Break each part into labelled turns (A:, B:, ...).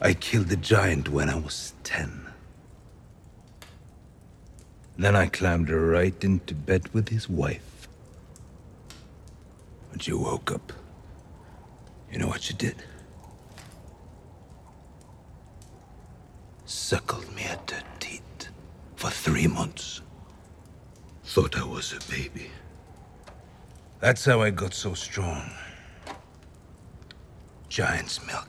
A: I killed the giant when I was 10. Then I climbed right into bed with his wife. When she woke up, you know what she did? Suckled me at her teeth for three months. Thought I was a baby. That's how I got so strong. Giant's milk.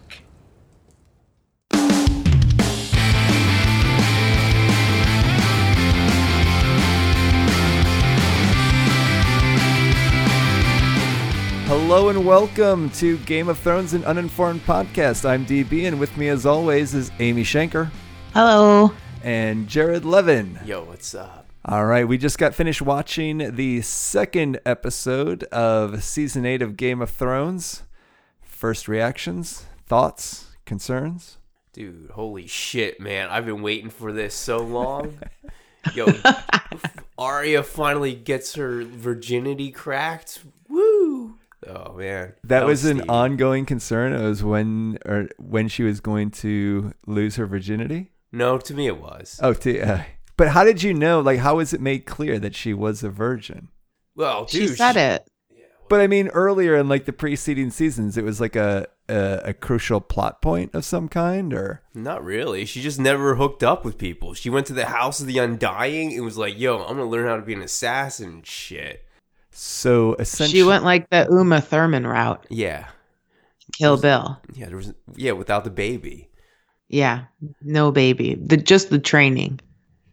B: Hello and welcome to Game of Thrones and Uninformed Podcast. I'm DB, and with me, as always, is Amy Shanker
C: Hello.
B: and Jared Levin.
D: Yo, what's up?
B: All right, we just got finished watching the second episode of season eight of Game of Thrones. First reactions, thoughts, concerns.
D: Dude, holy shit, man. I've been waiting for this so long. Yo, Arya finally gets her virginity cracked. Woo! Oh, man.
B: That, was, an
D: Steve.
B: ongoing concern. It was when or when she was going to lose her virginity.
D: No, to me it was.
B: Oh, t- uh, but how did you know? Like, how was it made clear that she was a virgin?
D: Well,
C: She
D: dude.
C: said it.
B: But I mean, earlier in like the preceding seasons, it was like a a, a crucial plot point of some kind, or
D: Not really. She just never hooked up with people. She went to the House of the Undying and was like, yo, I'm going to learn how to be an assassin and shit.
B: so. Essentially,
C: She went like the Uma Thurman route,
D: Yeah.
C: Kill Bill.
D: Yeah, there was, yeah, without the baby.
C: Yeah, no baby. The just the training.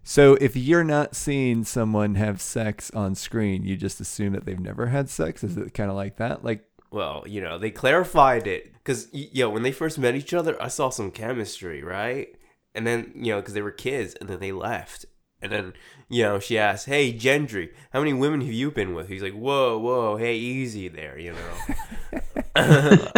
B: So if you're not seeing someone have sex on screen, you just assume that they've never had sex. Is it kind of like that? Like,
D: Well, you know, they clarified it because yo, when they first met each other, I saw some chemistry, right? And then you know, because they were kids, and then they left, and then you know, she asked, "Hey, Gendry, how many women have you been with?" He's like, "Whoa, whoa, hey, easy there," you know.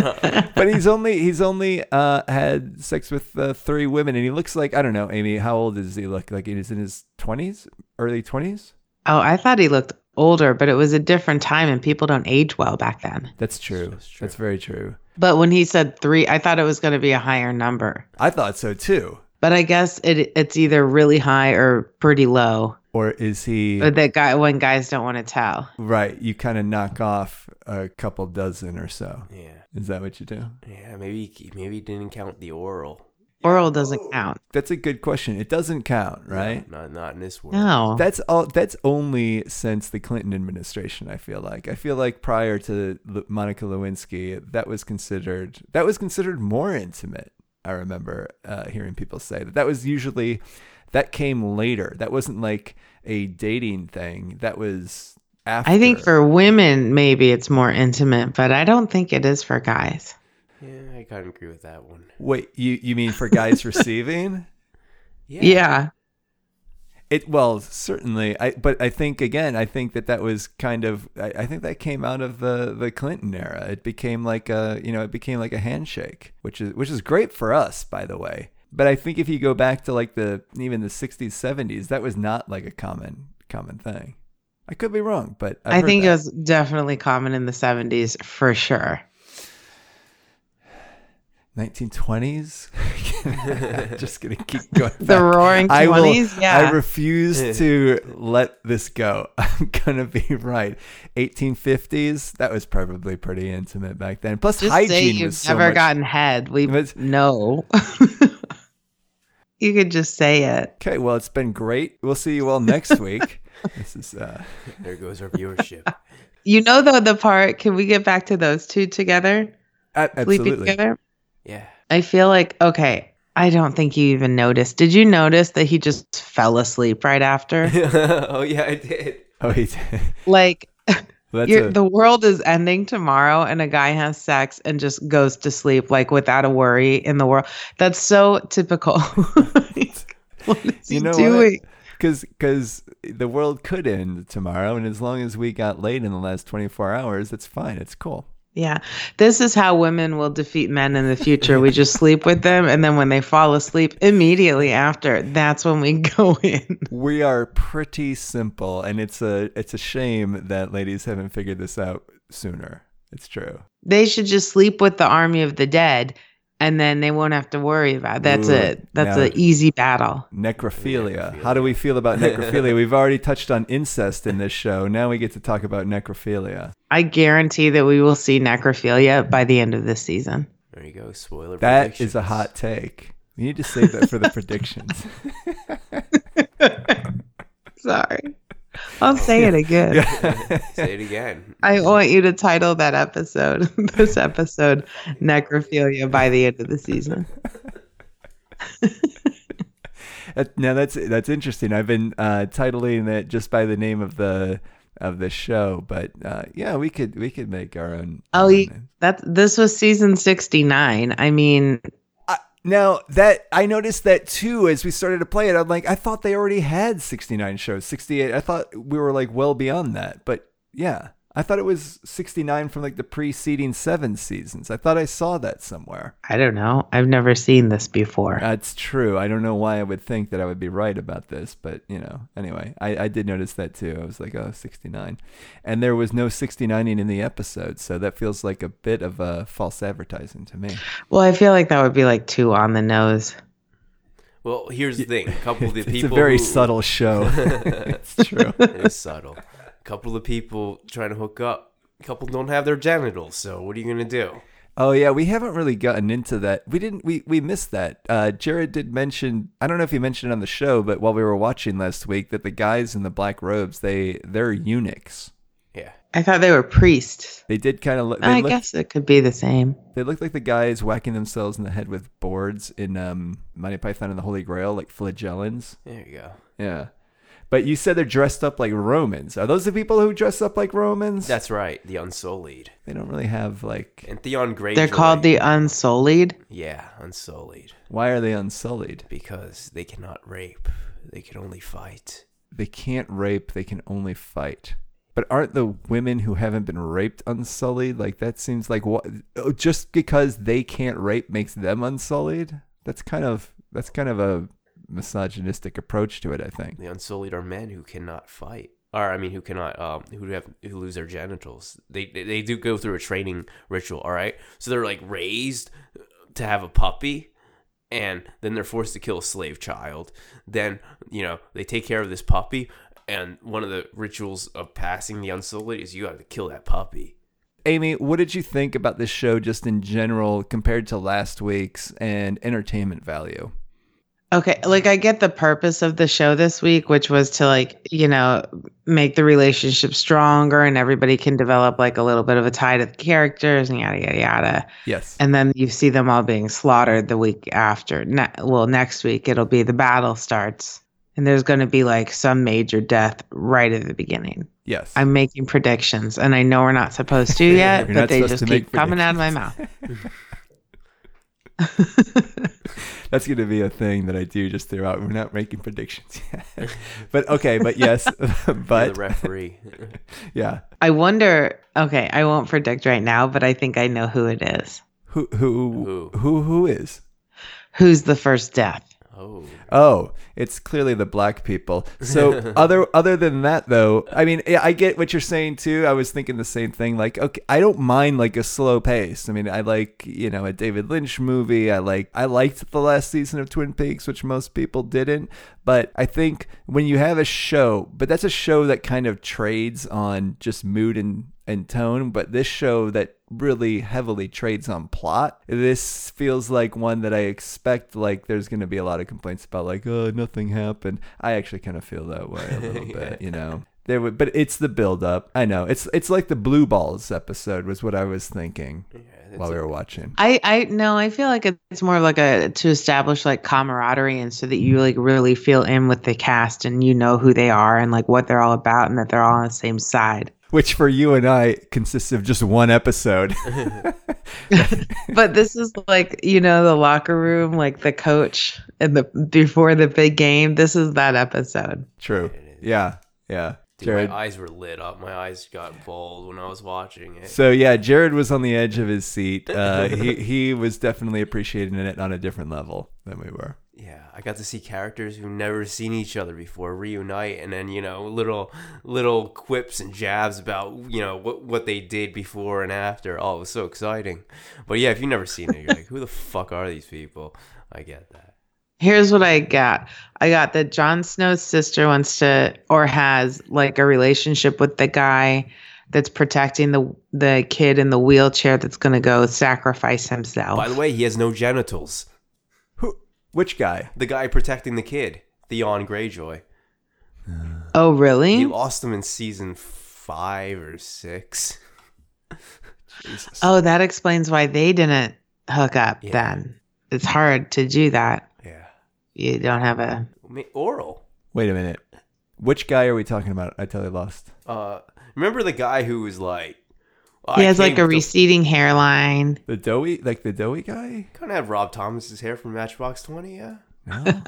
B: but he's only he's only uh, had sex with uh, three women, and he looks like I don't know, Amy. How old does he look? Like he's in his twenties, early twenties.
C: Oh, I thought he looked older, but it was a different time and people don't age well back then.
B: That's true.
D: That's
B: That's,
D: true.
B: very true.
C: But when he said 3, I thought it was going to be a higher number.
B: I thought so too.
C: But I guess it it's either really high or pretty low.
B: Or is he
C: But that guy when guys don't want to tell.
B: right? You kind of knock off a couple dozen or so.
D: yeah,
B: Is that what you do?
D: yeah, maybe maybe he didn't count the oral.
C: Oral doesn't count.
B: That's a good question. It doesn't count, right?
D: Not not in this world.
C: No.
B: That's all. That's only since the Clinton administration. I feel like. I feel like prior to L- Monica Lewinsky, that was considered that was considered more intimate. I remember uh, hearing people say that that was usually that came later. That wasn't like a dating thing. That was after.
C: I think for women maybe it's more intimate, but I don't think it is for guys.
D: Yeah, I kind of agree with that one.
B: wait, you you mean for guys receiving?
D: Yeah.
C: Yeah.
B: It well certainly, I but I think again, I think that that was kind of, I, I think that came out of the the Clinton era. It became like a, you know, it became like a handshake, which is which is great for us, by the way. But I think if you go back to like the even the '60s, '70s, that was not like a common common thing. I could be wrong, but I've
C: i
B: heard
C: think
B: that.
C: it was definitely common in the 70s for sure.
B: 1920s. Just gonna keep going.
C: The
B: back.
C: roaring
B: I will-
C: 20s?
B: I
C: Yeah.
B: refuse to let this go. I'm gonna be right. 1850s. That was probably pretty intimate back then. Plus,
C: Just
B: hygiene
C: say you've
B: was so
C: never
B: much-
C: gotten head. We
B: But-
C: know. you could just say it.
B: Okay, well, it's been great. We'll see you all next week. this is uh,
D: There goes our viewership.
C: You know, though, the part, can we get back to those two together?
B: a-
C: Sleeping
B: absolutely.
C: together?
D: yeah.
C: I feel like, okay, I don't think you even noticed. Did you notice that he just fell asleep right after?
D: oh yeah, I did.
B: Oh, he did.
C: like,
B: That's
C: you're,
B: a-
C: the world is ending tomorrow, and a guy has sex and just goes to sleep, like, without a worry in the world. That's so typical. Like, what is
B: You
C: he
B: know what?
C: doing?
B: because because the world could end tomorrow, and as long as we got laid in the last 24 hours, that's fine. It's cool.
C: Yeah. This is how women will defeat men in the future. We just sleep with them and then when they fall asleep immediately after, that's when we go in.
B: We are pretty simple, and it's a it's a shame that ladies haven't figured this out sooner. It's true.
C: They should just sleep with the army of the dead and then they won't have to worry about. That's
B: Ooh,
C: it. That's
B: now-
C: an easy battle.
B: Necrophilia. How do we feel about necrophilia? We've already touched on incest in this show. Now we get to talk about necrophilia.
C: I guarantee that we will see necrophilia by the end of this season.
D: There you go. Spoiler.
B: That is a
D: predictions.
B: hot take. We need to save that for the predictions.
C: Sorry. I'll say it again.
D: Say it again.
C: I want you to title that episode, this episode, Necrophilia by the end of the season.
B: That- Uh, now that's that's interesting. I've been uh, titling it just by the name of the of the show, but uh, yeah, we could we could make our own.
C: Oh,
B: our own
C: you-
B: name.
C: that this was season 69. I mean,
B: I- now that I noticed that too as we started to play it, I'm like, I thought they already had 69 shows, 68. I thought we were like well beyond that, but yeah, I thought it was 69 from like the preceding seven seasons. I thought I saw that somewhere.
C: I don't know. I've never seen this before.
B: That's true. I don't know why I would think that I would be right about this, but you know, anyway, I, I did notice that too. I was like, oh, 69. And there was no 69ing in the episode, so that feels like a bit of a false advertising to me.
C: Well, I feel like that would be like two on the nose.
D: Well, here's the thing. A couple of the
B: it's
D: people.
B: a very
D: who-
B: subtle show. it's true.
D: It is subtle. A couple of people trying to hook up. A couple don't have their genitals. So what are you gonna do?
B: Oh yeah, we haven't really gotten into that. We didn't. We we missed that. Uh, Jared did mention. I don't know if he mentioned it on the show, but while we were watching last week, that the guys in the black robes, they they're eunuchs.
D: Yeah.
C: I thought they were priests.
B: They did kind of look.
C: I
B: They looked,
C: guess it could be the same.
B: they looked like the guys whacking themselves in the head with boards in um, Monty Python and the Holy Grail, like flagellants.
D: There you go.
B: Yeah, but you said they're dressed up like Romans. Are those the people who dress up like Romans?
D: That's right. The unsullied
B: they don't really have like.
D: and Theon Greyjoy.
C: They're called the Unsullied.
D: Yeah, unsullied
B: Why are they unsullied?
D: because they cannot rape. They can only fight.
B: they can't rape, they can only fight. But aren't the women who haven't been raped unsullied? Like that seems like what oh, just because they can't rape makes them unsullied? That's kind of that's kind of a misogynistic approach to it, I think.
D: The unsullied are men who cannot fight, or I mean, who cannot, um, who have who lose their genitals. They they, they do go through a training ritual. All right, so they're like raised to have a puppy. And then they're forced to kill a slave child. Then, you know, they take care of this puppy. And one of the rituals of passing the unsullied is you have to kill that puppy.
B: Amy, what did you think about this show just in general compared to last week's and entertainment value?
C: Okay, like I get the purpose of the show this week, which was to like, you know, make the relationship stronger and everybody can develop like a little bit of a tie to the characters and yada yada yada.
B: Yes.
C: And then you see them all being slaughtered the week after. Ne- well, next week it'll be the battle starts and there's going to be like some major death right at the beginning.
B: yes.
C: I'm making predictions and I know we're not supposed to
B: You're
C: yet,
B: not
C: but they
B: supposed
C: just
B: to make
C: keep coming out of my mouth.
B: That's going to be a thing that I do just throughout. We're not making predictions yet. but okay, but yes,
D: You're
B: but
D: the referee.
B: yeah.
C: I wonder, okay, I won't predict right now, but I think I know who it is.
B: Who who
D: Who?
B: who who is?
C: Who's the first death?
D: oh.
B: Oh, it's clearly the black people. So other other than that though, I mean, yeah, I get what you're saying too. I was thinking the same thing. Like, okay, I don't mind like a slow pace. I mean, I like you know a David Lynch movie. I like I liked the last season of Twin Peaks, which most people didn't. But I think when you have a show, but that's a show that kind of trades on just mood and and tone, but this show that really heavily trades on plot. This feels like one that I expect like there's going to be a lot of complaints about like oh nothing happened. I actually kind of feel that way a little bit, you know. There would, but it's the build up. I know. It's it's like the Blue Balls episode was what I was thinking while we were watching.
C: I, I no, I feel like it's more like a to establish like camaraderie and so that you like really feel in with the cast and you know who they are and like what they're all about and that they're all on the same side.
B: Which for you and I consists of just one episode.
C: But this is like, you know, the locker room, like the coach and the before the big game. This is that episode.
B: True. Yeah. Yeah.
D: Dude,
B: Jared.
D: my eyes were lit up. My eyes got bold when I was watching it.
B: So yeah, Jared was on the edge of his seat. Uh, he he was definitely appreciating it on a different level than we were.
D: yeah, I got to see characters who've never seen each other before reunite, and then you know little little quips and jabs about you know what what they did before and after. Oh, it was so exciting! But yeah, if you've never seen it, you're like, who the fuck are these people? I get that.
C: Here's what I got. I got that Jon Snow's sister wants to or has like a relationship with the guy that's protecting the the kid in the wheelchair that's going to go sacrifice himself.
D: By the way, he has no genitals.
B: Who? Which guy?
D: The guy protecting the kid, Theon Greyjoy.
C: oh, really?
D: You lost him in season five or six. Jesus.
C: oh, that explains why they didn't hook up
D: Yeah.
C: then. It's hard to do that.
D: Yeah.
C: You don't have a
D: I mean, oral.
B: Wait a minute. Which guy are we talking about? I totally lost.
D: Uh, remember the guy who was like, "Oh,
C: He has like a
D: receipt.
C: receding hairline.
B: The doughy, like the doughy guy?
D: Kind of have Rob Thomas's hair from Matchbox Twenty, yeah.
B: No,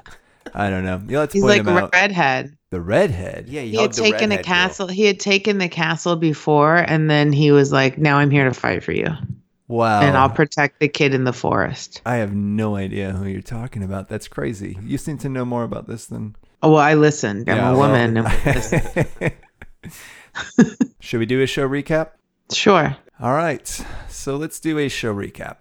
B: I don't know. You'll have to
C: He's
B: point
C: like
B: him out.
C: redhead.
B: The redhead.
D: Yeah,
C: He had
D: hugged the
C: taken the
D: redhead girl.
C: castle. He had taken the castle before, and then he was like, "Now I'm here to fight for you,
B: Wow.
C: and I'll protect the kid in the forest."
B: I have no idea who you're talking about. That's crazy. You seem to know more about this than
C: Oh, well, I listened. I'm
B: Yeah,
C: a
B: well-
C: woman. and-
B: Should we do a show recap?
C: sure.
B: All right, so let's do a show recap.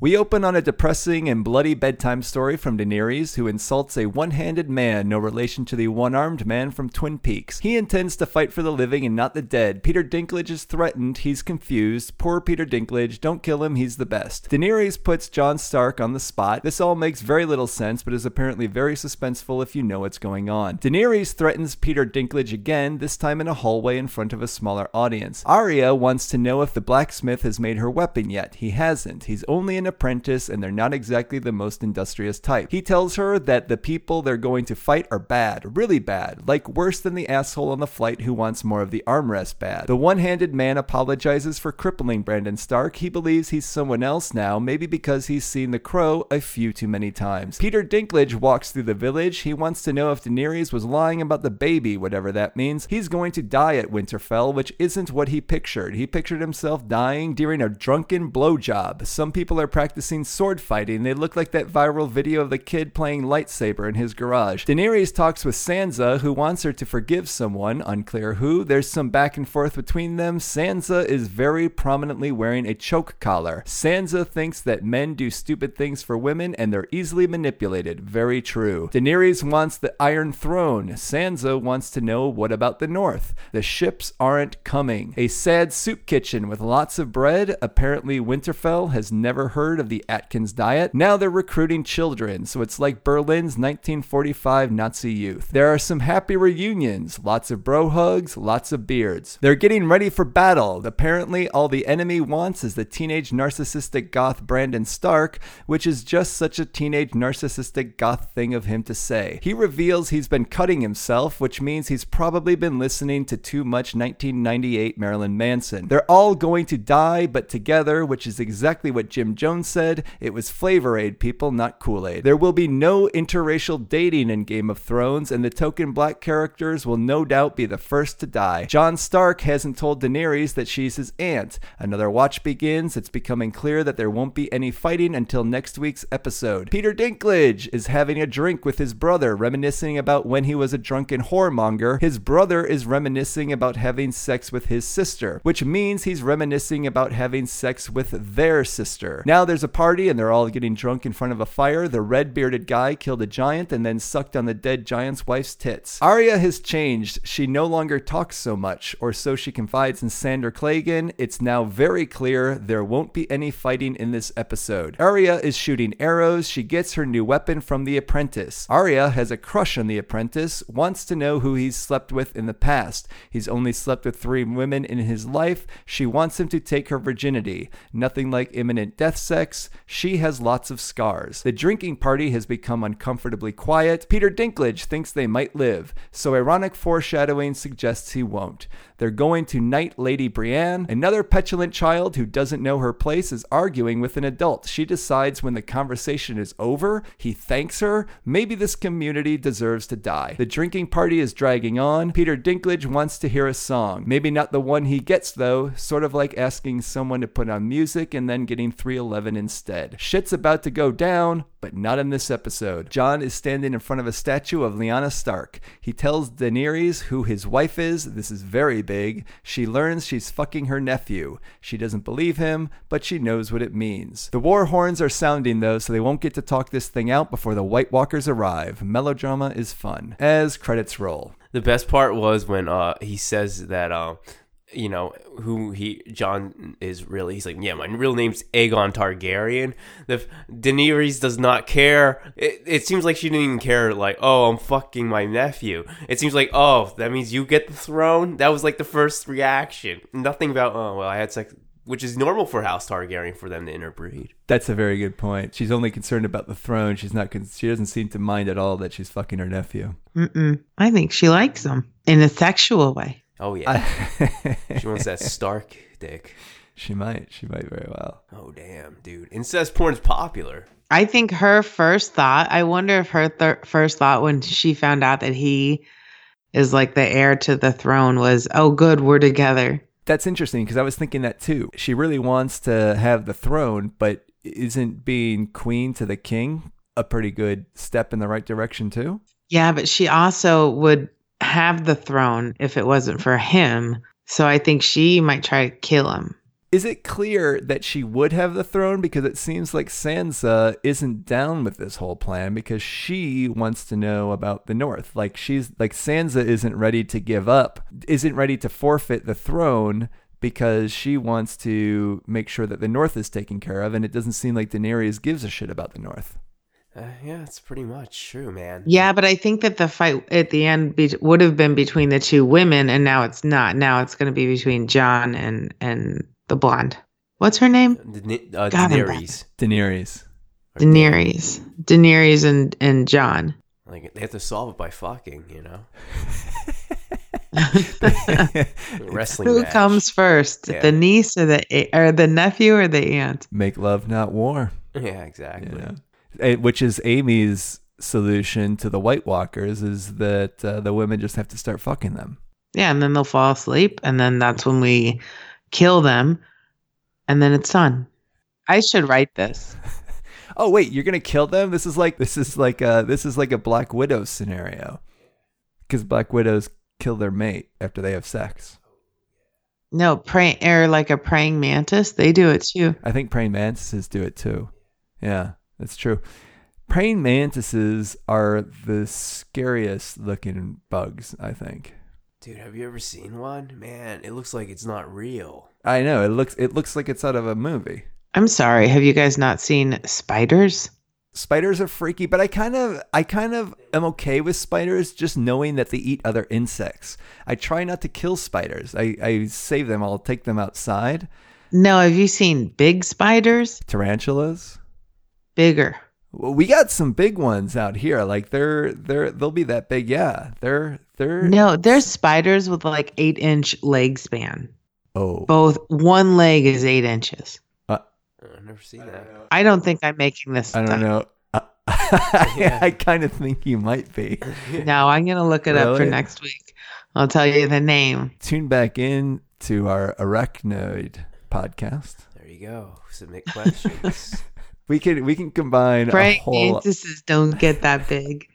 B: We open on a depressing and bloody bedtime story from Daenerys, who insults a one handed man, no relation to the one armed man from Twin Peaks. He intends to fight for the living and not the dead. Peter Dinklage is threatened, he's confused. Poor Peter Dinklage, don't kill him, he's the best. Daenerys puts Jon Stark on the spot. This all makes very little sense, but is apparently very suspenseful if you know what's going on. Daenerys threatens Peter Dinklage again, this time in a hallway in front of a smaller audience. Arya wants to know if the blacksmith has made her weapon yet. He hasn't. He's only an apprentice, and they're not exactly the most industrious type. He tells her that the people they're going to fight are bad, really bad, like worse than the asshole on the flight who wants more of the armrest bad. The one handed man apologizes for crippling Brandon Stark. He believes he's someone else now, maybe because he's seen The Crow a few too many times. Peter Dinklage walks through the village. He wants to know if Daenerys was lying about the baby, whatever that means. He's going to die at Winterfell, which isn't what he pictured. He pictured himself dying during a drunken blowjob. Some people are practicing sword fighting. They look like that viral video of the kid playing lightsaber in his garage. Daenerys talks with Sansa, who wants her to forgive someone, unclear who. There's some back and forth between them. Sansa is very prominently wearing a choke collar. Sansa thinks that men do stupid things for women and they're easily manipulated. Very true. Daenerys wants the Iron Throne. Sansa wants to know what about the North? The ships aren't coming. A sad soup kitchen with lots of bread. Apparently, Winterfell has never heard of the Atkins diet. Now they're recruiting children, so it's like Berlin's 1945 Nazi youth. There are some happy reunions, lots of bro hugs, lots of beards. They're getting ready for battle. Apparently, all the enemy wants is the teenage narcissistic goth Brandon Stark, which is just such a teenage narcissistic goth thing of him to say. He reveals he's been cutting himself, which means he's probably been listening to too much 1998 Marilyn Manson. They're all going to die, but together, which is exactly what Jim Jones said. It was Flavor Aid, people, not Kool Aid. There will be no interracial dating in Game of Thrones, and the token black characters will no doubt be the first to die. Jon Stark hasn't told Daenerys that she's his aunt. Another watch begins. It's becoming clear that there won't be any fighting until next week's episode. Peter Dinklage is having a drink with his brother, reminiscing about when he was a drunken whoremonger. His brother is reminiscing about having sex with his sister, which means he's reminiscing about having sex with their sister. Now there's a party and they're all getting drunk in front of a fire. The red bearded guy killed a giant and then sucked on the dead giant's wife's tits. Arya has changed. She no longer talks so much, or so she confides in Sander Clegane. It's now very clear there won't be any fighting in this episode. Arya is shooting arrows. She gets her new weapon from the apprentice. Arya has a crush on the apprentice, wants to know who he's slept with in the past. He's only slept with three women in his life. She wants him to take her virginity. Nothing like imminent death sex. She has lots of scars. The drinking party has become uncomfortably quiet. Peter Dinklage thinks they might live, so ironic foreshadowing suggests he won't. They're going to knight Lady Brienne. Another petulant child who doesn't know her place is arguing with an adult. She decides when the conversation is over, he thanks her. Maybe this community deserves to die. The drinking party is dragging on. Peter Dinklage wants to hear a song. Maybe not the one he gets, though, sort of like asking someone to put on music and then getting 311 instead. Shit's about to go down. but not in this episode. John is standing in front of a statue of Lyanna Stark. He tells Daenerys who his wife is. This is very big. She learns she's fucking her nephew. She doesn't believe him, but she knows what it means. The war horns are sounding though, so they won't get to talk this thing out before the White Walkers arrive. Melodrama is fun. As credits roll.
D: The best part was when uh, he says that uh, you know who he John is really. He's like, yeah, my real name's Aegon Targaryen. The f- Daenerys does not care. It, it seems like she didn't even care. Like, oh, I'm fucking my nephew. It seems like, oh, that means you get the throne. That was like the first reaction. Nothing about, oh, well, I had sex, which is normal for House Targaryen for them to interbreed.
B: That's a very good point. She's only concerned about the throne. She's not. Con- she doesn't seem to mind at all that she's fucking her nephew.
C: Mm-mm. I think she likes him in a sexual way.
D: Oh yeah,
B: I-
D: she wants that Stark dick.
B: she might. She might very well.
D: Oh damn, dude, incest porn's popular.
C: I think her first thought, I wonder if her thir- first thought when she found out that he is like the heir to the throne was, oh, good, we're together.
B: That's interesting because I was thinking that too. She really wants to have the throne, but isn't being queen to the king a pretty good step in the right direction too?
C: Yeah, but she also would have the throne if it wasn't for him. So I think she might try to kill him.
B: Is it clear that she would have the throne? Because it seems like Sansa isn't down with this whole plan because she wants to know about the North. Like she's like Sansa isn't ready to give up, isn't ready to forfeit the throne because she wants to make sure that the North is taken care of, and it doesn't seem like Daenerys gives a shit about the North.
D: Uh, yeah, it's pretty much true, man.
C: Yeah, but I think that the fight at the end be- would have been between the two women, and now it's not. Now it's going to be between John and and the blonde. What's her name?
D: Da- uh,
C: God, I'm
D: Daenerys.
B: Daenerys.
D: Or
C: Daenerys. Daenerys and and John.
D: Like they have to solve it by fucking, you know. Wrestling
C: Who
D: match.
C: comes first,
D: Yeah.
C: the niece or the a- or the nephew or the aunt?
B: Make love, not war.
D: Yeah, exactly.
B: Yeah. Eh, Which is Amy's solution to the White Walkers is that uh, the women just have to start fucking them.
C: Yeah, and then they'll fall asleep, and then that's when we kill them, and then it's done. I should write this.
B: Oh wait, you're gonna kill them? This is like this is like a this is like a Black Widow scenario, because Black Widows kill their mate after they have sex.
C: No, pray or like a praying mantis. They do it too.
B: I think praying mantises do it too. Yeah, that's true. Praying mantises are the scariest looking bugs. I think.
D: Dude, have you ever seen one? Man, it looks like it's not real.
B: I know it looks it looks like it's out of a movie.
C: I'm sorry. Have you guys not seen spiders?
B: spiders are freaky but i kind of i kind of am okay with spiders just knowing that they eat other insects i try not to kill spiders i, I save them i'll take them outside
C: No. Have you seen big spiders?
B: tarantulas
C: Bigger.
B: well, we got some big ones out here like they're they're they'll be that big yeah they're they're
C: No, there's spiders with like eight inch leg span.
B: oh uh,
C: Both one leg is eight inches.
D: Uh, I've never seen that.
C: I don't think I'm making this.
B: i don't
C: up.
B: know Uh, I, I kind of think you might be
C: No, I'm gonna look it up for
B: Really?
C: next week. I'll tell you the name.
B: tune back in to our arachnoid podcast
D: There you go. Submit questions.
B: we can we can combine
C: Praying
B: a whole
C: mantises don't get that big.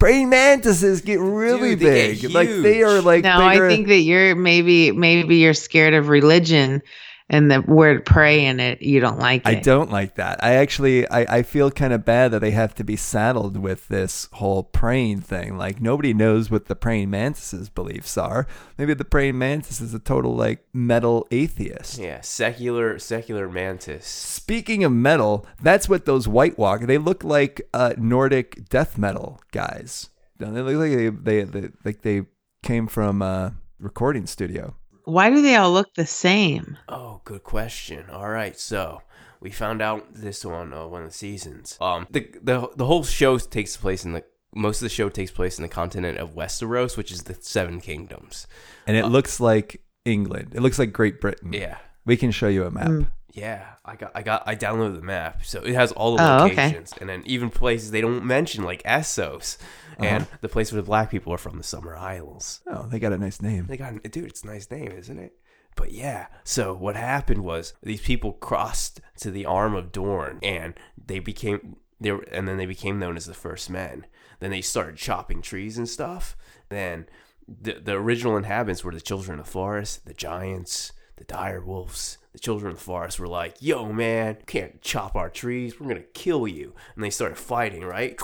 B: praying mantises get really
D: Dude, they
B: big.
D: get
B: like they are
D: huge.
B: like
C: No,
B: bigger.
C: I think that you're maybe maybe you're scared of religion, and the word "pray" in it you don't like.
B: I
C: it.
B: don't like that. I actually I, I feel kind of bad that they have to be saddled with this whole praying thing. Like nobody knows what the praying mantis's beliefs are. Maybe the praying mantis is a total like metal atheist.
D: yeah, secular secular mantis.
B: Speaking of metal, that's what those White Walker. They look like uh, Nordic death metal guys. They look like they, they, they like they came from a recording studio.
C: Why do they all look the same?
D: Oh, good question. All right, so we found out this one uh, one of the seasons. Um, the the the whole show takes place in the most of the show takes place in the continent of Westeros, which is the Seven Kingdoms.
B: and it looks like England. It looks like Great
C: Hmm.
B: Britain.
D: Uh, Yeah,
B: we can show you a map.
D: Yeah, I got, I got, I downloaded the map, so it has all the
C: Oh, okay.
D: locations, and then even places they don't mention, like Essos, and
C: Uh-huh.
D: the place where the black people are from, the Summer Isles.
B: Oh, they got a nice name.
D: They got, dude, it's a nice name, isn't it? But yeah, so what happened was these people crossed to the arm of Dorne, and they became they were, and then they became known as the First Men. Then they started chopping trees and stuff. Then the, the original inhabitants were the children of the forest, the giants, the dire wolves. The children of the forest were like, "Yo, man, you can't chop our trees. We're gonna kill you." And they started fighting, right?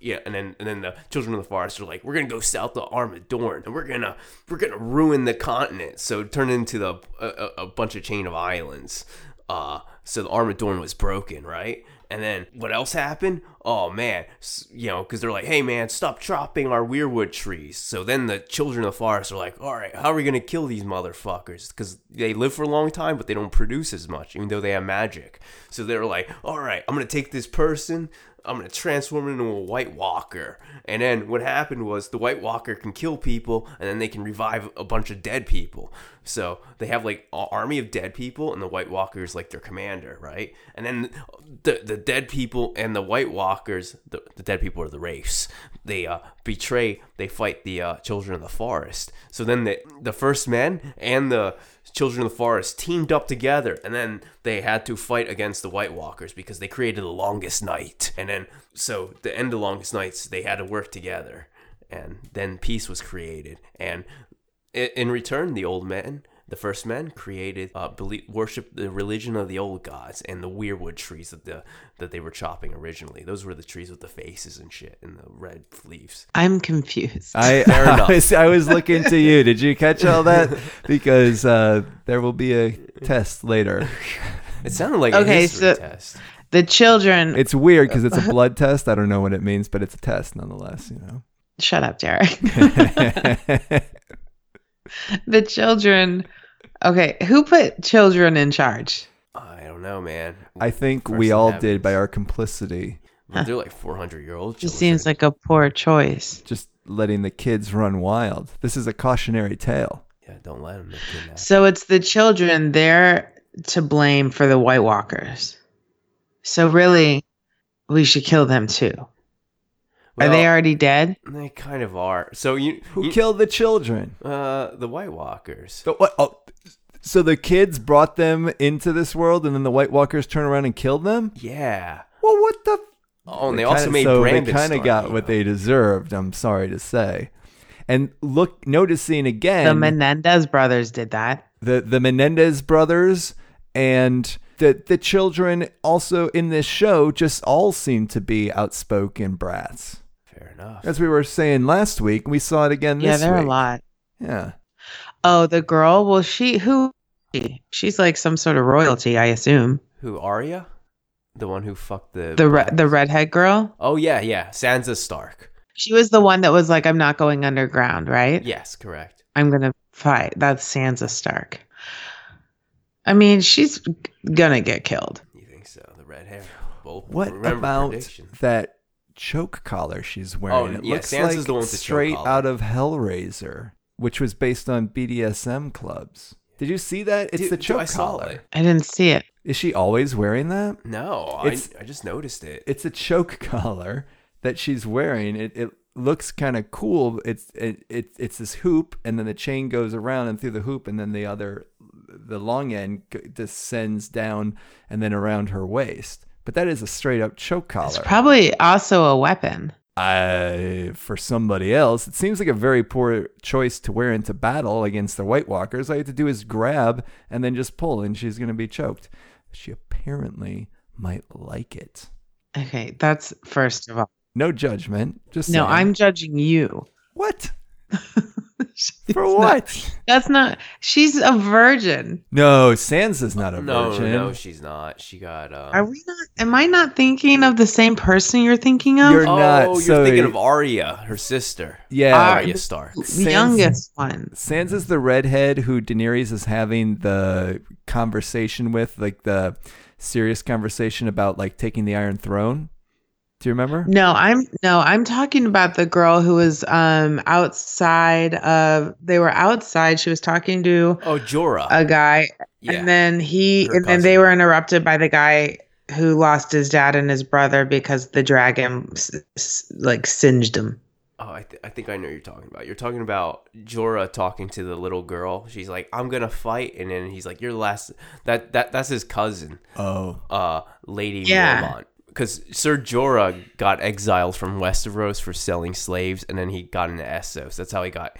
D: Yeah, and then and then the children of the forest are like, "We're gonna go south to Armadorn, and we're gonna we're gonna ruin the continent." So it turned into the a, a, a bunch of chain of islands. Uh, so the Armadorn was broken, right? And then what else happened? Oh man, S- you know, because they're like, hey man, stop chopping our weirwood trees. So then the children of the forest are like, all right, how are we gonna kill these motherfuckers? Because they live for a long time, but they don't produce as much, even though they have magic. So they're like, all right, I'm gonna take this person. I'm gonna transform him into a White Walker, and then what happened was the White Walker can kill people, and then they can revive a bunch of dead people. So they have like an army of dead people, and the White Walker is like their commander, right? And then the the dead people and the White Walkers, the, the dead people are the race. They uh, betray. They fight the uh, children of the forest. So then the the first men and the Children of the Forest teamed up together, and then they had to fight against the White Walkers because they created the Longest Night. And then, so the end of Longest Nights, they had to work together, and then peace was created. And i- in return, the old men, the first men, created, uh, belie worship the religion of the old gods and the weirwood trees that the that they were chopping originally. Those were the trees with the faces and shit and the red leaves.
C: I'm confused.
B: I,
D: Fair
B: I,
D: enough.
B: was, I was looking to you. Did you catch all that? Because uh, there will be a test later.
D: It sounded like a
C: Okay,
D: history
C: so-
D: test.
C: the children.
B: It's weird because it's a blood test. I don't know what it means, but it's a test nonetheless. You know.
C: shut up, Derek. the children. Okay, who put children in charge?
D: I don't know, man.
B: I think we
D: First
B: all
D: inhabitants.
B: did by our complicity,
D: Well, they're like 400 year old
C: Just
D: children.
C: seems like a poor choice.
B: just letting the kids run wild. This is a cautionary tale.
D: yeah, don't let them get kidnapped.
C: So it's the children. They're to blame for the White Walkers. So really, we should kill them too. Are they
D: Well,
C: already dead?
D: They kind of are. So you
B: Who
D: you-
B: killed the children?
D: uh the White Walkers?
B: So what? Oh, so the kids brought them into this world, and then the White Walkers turn around and killed them.
D: Yeah.
B: Well, what the?
D: Oh, and they, also
B: kinda-
D: made
B: so
D: Brandon.
B: They kind of
D: Stark,
B: got
D: you
B: what
D: know.
B: they deserved. I'm sorry to say. And look, noticing again
C: the Menendez brothers did that.
B: the the Menendez brothers and the the children also in this show just all seem to be outspoken brats.
D: Fair enough.
B: As we were saying last week, we saw it again
C: Yeah,
B: this
C: there are a
B: week.
C: lot.
B: Yeah.
C: Oh, the girl. Well, she who? she? She's like some sort of royalty, I assume.
D: Who Arya? The one who fucked the
C: The re- the redhead girl.
D: Oh yeah, yeah. Sansa Stark.
C: She was the one that was like, "I'm not going underground, right?
D: Yes, correct.
C: I'm gonna fight." That's Sansa Stark. I mean, she's g- gonna get killed.
D: You think so? The red hair. Bold.
B: What
D: remember
B: about
D: prediction.
B: that choke collar she's wearing?
D: Oh,
B: it
D: yeah,
B: looks
D: Sansa's
B: like
D: the one with the choke
B: straight
D: collar.
B: out of Hellraiser, which was based on BDSM clubs. Did you see that? It's
D: Dude,
B: the
D: dude,
B: choke
D: I saw
B: collar.
D: it.
C: I didn't see it.
B: Is she always wearing that?
D: No,
B: It's-
D: I I just noticed it.
B: it's a choke collar that she's wearing. It it looks kind of cool. It's it, it it's this hoop, and then the chain goes around and through the hoop, and then the other the long end g- descends down and then around her waist. But that is a straight up choke
C: It's
B: collar.
C: probably also a weapon.
B: uh, for somebody else, it seems like a very poor choice to wear into battle against the White Walkers. All you have to do is grab and then just pull, and she's going to be choked. She apparently might like it.
C: Okay, that's first of all.
B: No judgment. Just
C: No,
B: saying.
C: I'm judging you.
B: What?
C: She's
B: For
C: not-
B: what?
C: that's not. She's a virgin.
B: No, Sansa's not a
D: no,
B: virgin.
D: no, she's not. She got um,
C: Are we not? Am I not thinking of the same person you're thinking of?
B: You're
D: Oh,
B: not.
D: you're
B: so-
D: thinking of Arya, her sister.
B: Yeah.
C: Are-
D: Arya Stark.
C: the Ah, Oh, youngest one.
B: Sansa's the redhead who Daenerys is having the conversation with, like the serious conversation about like taking the Iron Throne. Do you remember?
C: No, I'm no, I'm talking about the girl who was um outside of they were outside. She was talking to
D: Oh, Jorah.
C: a guy
D: yeah.
C: and then he
D: Her
C: and then they
D: cousin.
C: were interrupted by the guy who lost his dad and his brother because the dragon s- s- like singed him.
D: Oh, I, th- I think I know what you're talking about. You're talking about Jorah talking to the little girl. She's like, "I'm gonna fight," and then he's like, "Your last that that that's his cousin,
B: Oh,
D: uh, Lady
C: Yeah.
D: Mormont." because Sir Jorah got exiled from Westeros for selling slaves, and then he got into Essos. That's how he got.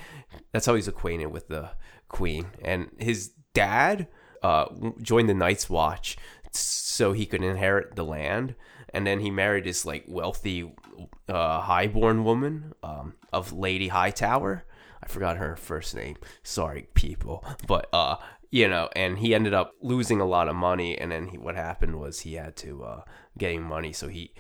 D: That's how he's acquainted with the queen. And his dad uh, joined the Night's Watch so he could inherit the land. And then he married this like wealthy, uh, highborn woman um, of Lady Hightower. I forgot her first name. Sorry, people. But uh, you know, and he ended up losing a lot of money. And then he, what happened was he had to uh, getting money, so he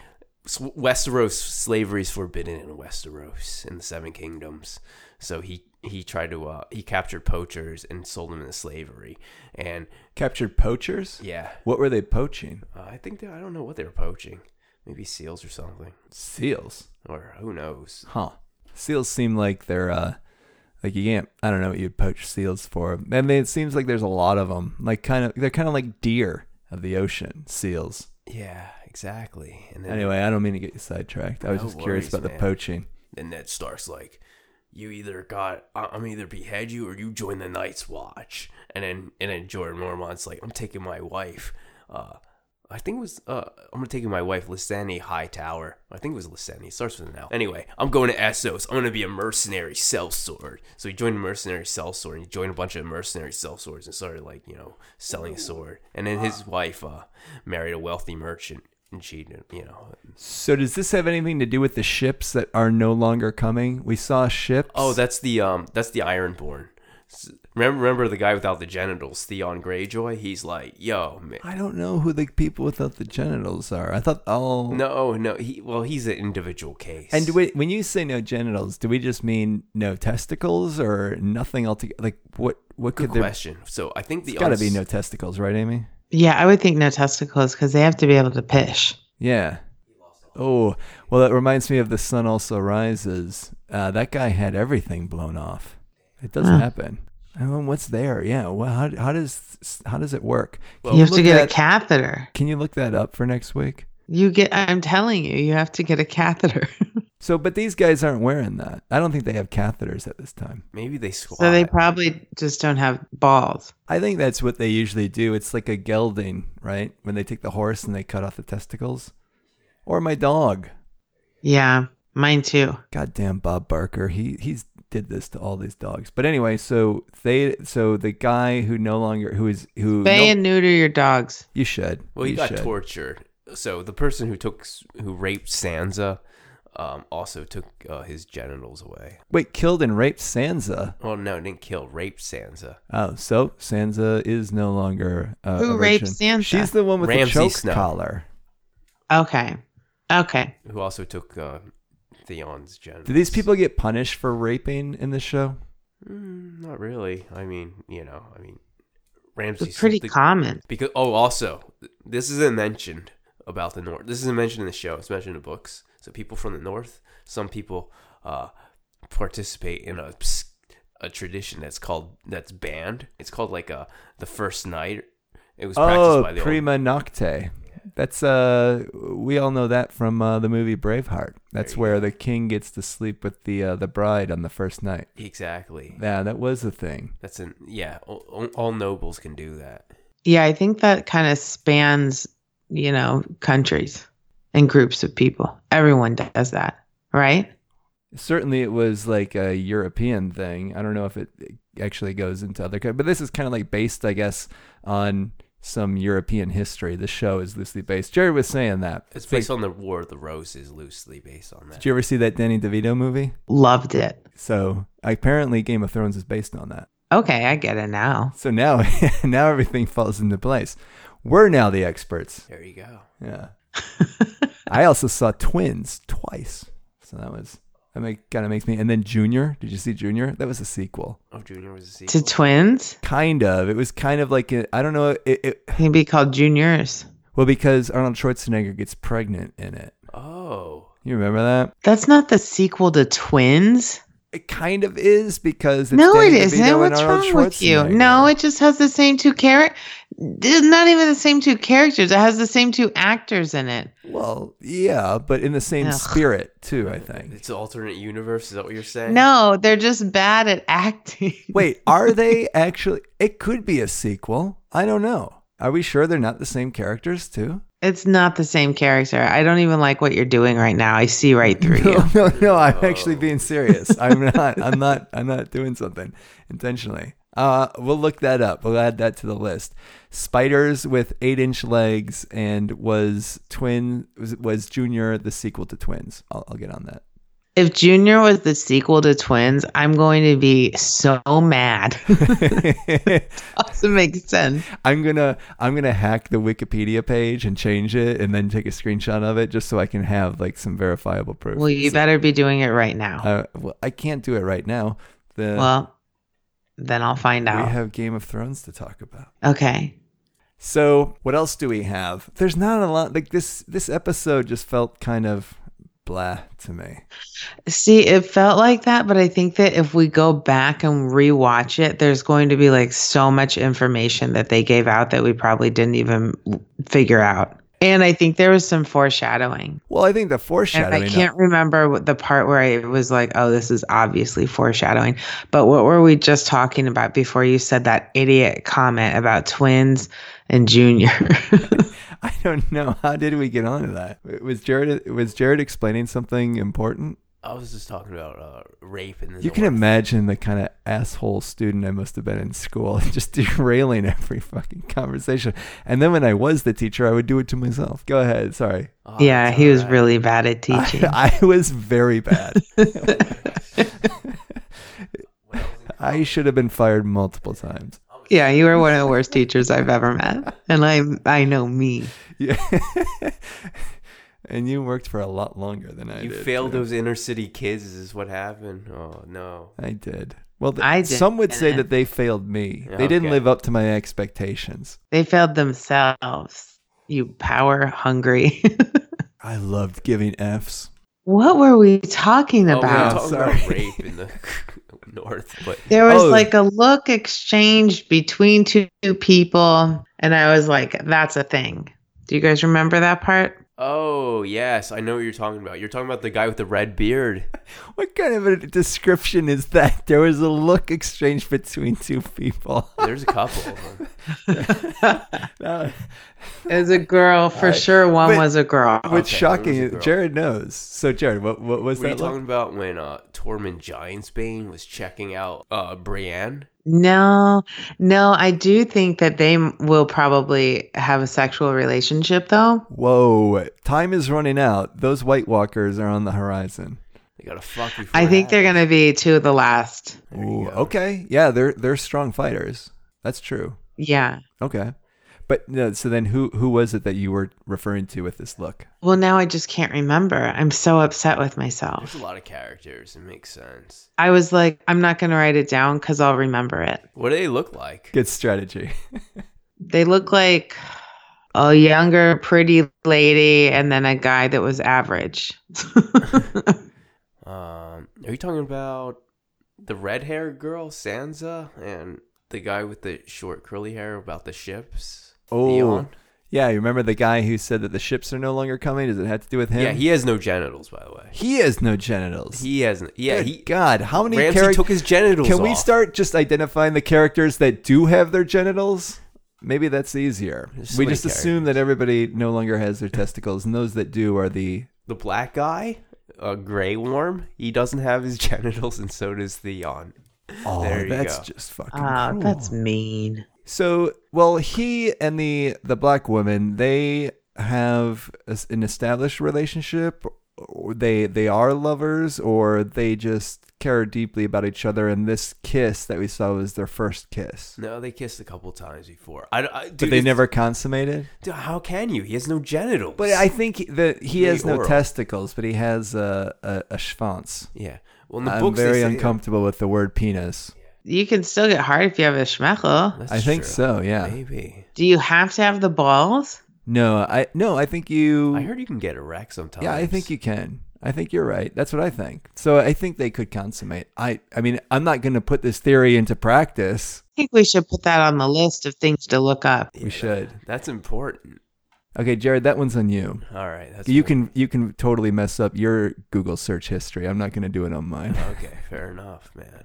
D: so Westeros slavery is forbidden in Westeros in the Seven Kingdoms. So he he tried to uh, he captured poachers and sold them into slavery. And
B: Captured poachers?
D: yeah,
B: What were they poaching?
D: uh, I think they, I don't know what they were poaching. Maybe seals or something,
B: Seals.
D: or who knows.
B: Huh. Seals seem like they're uh like you can't I don't know what you'd poach seals for. And they, it seems like there's a lot of them. Like kind of they're kind of like deer of the ocean, seals.
D: Yeah, exactly. And then
B: Anyway, I don't mean to get you sidetracked. I was
D: No
B: just curious
D: worries,
B: about
D: man.
B: the poaching.
D: And Ned Stark's like, "You either got I- I'm either behead you or you join the Night's Watch." And then and then Jordan Mormont's like, "I'm taking my wife." Uh, I think it was uh, I'm gonna take my wife, Lysani Hightower. I think it was Lysani. It starts with an L. Anyway, I'm going to Essos. I'm gonna be a mercenary sellsword. So he joined a mercenary sellsword, and he joined a bunch of mercenary sellswords and started like you know selling a sword. And then his wife uh, married a wealthy merchant, and she you know
B: So does this have anything to do with the ships that are no longer coming? We saw ships.
D: Oh, that's the um, that's the Ironborn. S- Remember, remember the guy without the genitals, Theon Greyjoy. He's like, yo, man.
B: I don't know who the people without the genitals are. I thought oh
D: no, no. He well, he's an individual case.
B: And do we, when you say no genitals, do we just mean no testicles or nothing altogether? Like what what
D: good
B: could there
D: question. So I think the
B: It's got to
D: uns-
B: be no testicles, right, Amy?
C: Yeah, I would think no testicles because they have to be able to pish.
B: Yeah. Oh, well, that reminds me of The Sun Also Rises. Uh, that guy had everything blown off. It does happen. Oh, and what's there? Yeah. Well, how, how does how does it work? Can
C: you have to
B: look
C: get
B: that-
C: a catheter.
B: Can you look that up for next week?
C: You get. I'm telling you, you have to get a catheter.
B: So, but these guys aren't wearing that. I don't think they have catheters at this time.
D: Maybe they squat.
C: so they probably just don't have balls.
B: I think that's what they usually do. It's like a gelding, right? When they take the horse and they cut off the testicles, or my dog.
C: Yeah, mine too.
B: goddamn Bob Barker. He he's did this to all these dogs. But anyway, so they so the guy who no longer who is who
C: Spay
B: no-
C: and neuter your dogs.
B: you should
D: well, he
B: you
D: got
B: should.
D: tortured. So the person who took s- who raped Sansa, um, also took uh, his genitals away.
B: Wait, killed and raped Sansa.
D: Well, no, didn't kill, raped Sansa.
B: Oh, so Sansa is no longer uh,
C: Who
B: a
C: raped
B: virgin.
C: Sansa?
B: She's the one with
D: Ramsay
B: the choke
D: Snow.
B: collar.
C: Okay, okay.
D: Who also took uh, Theon's genitals.
B: Do these people get punished for raping in the show?
D: Mm, not really. I mean, you know, I mean, Ramsey.
C: It's pretty common.
D: because oh, also this isn't mentioned about the North. This isn't mentioned in the show. It's mentioned in the books. So people from the North, some people uh, participate in a ps- a tradition that's called that's banned. It's called like a the first night. It was practiced
B: Oh,
D: by the
B: prima nocte. That's uh, we all know that from uh, the movie Braveheart. That's where the king gets to sleep with the uh, the bride on the first night.
D: old exactly.
B: Yeah, that was the thing.
D: That's an yeah. All, all nobles can do that.
C: Yeah, I think that kind of spans, you know, countries and groups of people. Everyone does that, right?
B: Certainly, it was like a European thing. I don't know if it actually goes into other countries, but this is kind of like based, I guess, on some European history. The show is loosely based. Jerry was saying that.
D: It's based on the War of the Roses, loosely based on that.
B: Did you ever see that Danny DeVito movie?
C: Loved it.
B: So apparently, Game of Thrones is based on that.
C: Okay, I get it now.
B: So now, now everything falls into place. We're now the experts.
D: There you go.
B: Yeah. I also saw Twins twice, so that was that make, kind of makes me. And then Junior, did you see Junior? That was a sequel.
D: Oh, Junior was a sequel.
C: To twins,
B: Kind of. It was kind of like I I don't know. It, it
C: he'd be called juniors.
B: well because Arnold Schwarzenegger gets pregnant in it.
D: oh,
B: You remember that?
C: That's not the sequel to Twins.
B: It kind of is because it's
C: no, it
B: Danny
C: isn't.
B: DeVito
C: What's
B: and Arnold
C: wrong with you?
B: Schwarzenegger.
C: No, it just has the same two characters. Not even the same two characters. It has the same two actors in it.
B: Well, yeah, but in the same
C: Ugh.
B: spirit too. I think.
D: it's an alternate universe. Is that what you're saying?
C: No, they're just bad at acting.
B: Wait, are they actually? It could be a sequel. I don't know. Are we sure they're not the same characters too?
C: It's not the same character. I don't even like what you're doing right now. I see right through you.
B: No, no, no. I'm actually being serious. I'm not. I'm not. I'm not doing something intentionally. Uh, we'll look that up. We'll add that to the list. Spiders with eight-inch legs and was twin was, was Junior the sequel to Twins. I'll, I'll get on that.
C: If Junior was the sequel to Twins, I'm going to be so mad. doesn't make sense.
B: I'm gonna I'm gonna hack the Wikipedia page and change it, and then take a screenshot of it just so I can have like some verifiable proof.
C: Well, you
B: So-
C: better be doing it right now.
B: Uh, well, I can't do it right now. The
C: well, then I'll find
B: we
C: out.
B: have Game of Thrones to talk about.
C: okay.
B: So what else do we have? There's not a lot. Like this, this episode just felt kind of blah to me.
C: See, it felt like that, but I think that if we go back and rewatch it, there's going to be like so much information that they gave out that we probably didn't even figure out. And I think there was some foreshadowing.
B: Well, I think the
C: And
B: foreshadowing.
C: I can't remember what the part where I was like, oh, this is obviously foreshadowing. But what were we just talking about before you said that idiot comment about twins and junior?
B: I don't know. How did we get onto that? Was Jared was Jared explaining something important?
D: I was just talking about uh, rape and
B: You can imagine the kind of asshole student I must have been in school, just derailing every fucking conversation. And then when I was the teacher, I would do it to myself. Go ahead. Sorry.
D: Oh,
C: yeah, he was really bad at teaching.
B: I, I was very bad. I should have been fired multiple times.
C: Yeah, you were one of the worst teachers I've ever met. And I I know me.
B: Yeah. and you worked for a lot longer than I
D: You
B: did.
D: failed
B: too.
D: those inner city kids. Is what happened? Oh no.
B: I did. Well, th-
C: I
B: some would say that
C: didn't.
B: they failed me.
D: Yeah,
B: They didn't
D: okay.
B: live up to my expectations.
C: They failed themselves. You power hungry.
B: I loved giving Fs.
C: what were we talking
D: Oh, we were
C: about?
D: talking
B: sorry.
D: about rape in the north, but
C: there was
B: Oh.
C: like a look exchange between two people and I was like, that's a thing. Do you guys remember that part?
D: oh yes, I know what you're talking about. You're talking about the guy with the red beard.
B: What kind of a description is that? There was a look exchange between two people.
D: There's a couple. of them.
B: That-
C: It was a girl for sure. One
B: But-
C: was a girl.
B: What's
D: Okay,
B: shocking
D: there was a
B: is
D: girl.
B: Jared knows. So Jared, what what was
D: Were you
B: that?
D: talking
B: Look?
D: about when uh, Tormund Giantsbane was checking out uh, Brienne?
C: No, no, I do think that they m- will probably have a sexual relationship though.
B: Whoa! Time is running out. Those White Walkers are on the horizon.
D: They gotta fuck you.
C: I think they're going to be two of the last.
B: Ooh, okay. Yeah, they're they're strong fighters. That's true.
C: Yeah.
B: Okay. But no, so then who who was it that you were referring to with this look?
C: Well, now I just can't remember. I'm so upset with
D: There's
C: myself.
D: a lot of characters. It makes sense.
C: I was like, I'm not going to write it down because I'll remember it.
D: What do they look like?
B: Good strategy.
C: They look like a younger, pretty lady and then a guy that was average.
D: Um, are you talking about the red haired girl Sansa and the guy with the short curly hair about the ships?
B: Oh,
D: Theon?
B: Yeah, you remember the guy who said that the ships are no longer coming? Does it have to do with him?
D: yeah, he has no genitals, by the way.
B: he has no genitals.
D: He has, n- yeah,
B: Good
D: he
B: God, how many
D: Ramsay
B: characters
D: took his genitals.
B: Can we
D: off.
B: start just identifying the characters that do have their genitals? Maybe that's easier.
D: There's so
B: we
D: many
B: just assume that everybody no longer has their testicles, and those that do are the
D: the black guy? A gray worm? He doesn't have his genitals, and so does Theon.
B: oh,
D: There you
B: that's
D: go.
B: just fucking.
C: Ah,
B: cruel.
C: that's mean.
B: So, well, he and the the black woman, they have as- an established relationship. or They they are lovers, or they just care deeply about each other. And this kiss that we saw was their first kiss,
D: No, they kissed a couple times before. I, I dude,
B: but they
D: it's-
B: never consummated.
D: Dude, how can you? He has no genitals.
B: But I think that he has no
D: Really oral.
B: testicles, but he has a a, a schwanz.
D: yeah. Well, in the
B: I'm
D: books, they
B: very
D: say-
B: uncomfortable with the word penis.
C: You can still get hard if you have a schmechel.
D: That's
B: I think
D: true.
B: so. Yeah.
D: Maybe.
C: Do you have to have the balls?
B: No, I no, I think you.
D: I heard you can get erect sometimes.
B: Yeah, I think you can. I think you're right. That's what I think. So I think they could consummate. I I mean, I'm not going to put this theory into practice.
C: I think we should put that on the list of things to look up.
B: we should.
D: That's important.
B: Okay, Jared, that one's on you.
D: All right. That's
B: You can you can totally mess up your Google search history. I'm not going to do it on mine.
D: Okay, fair enough, man.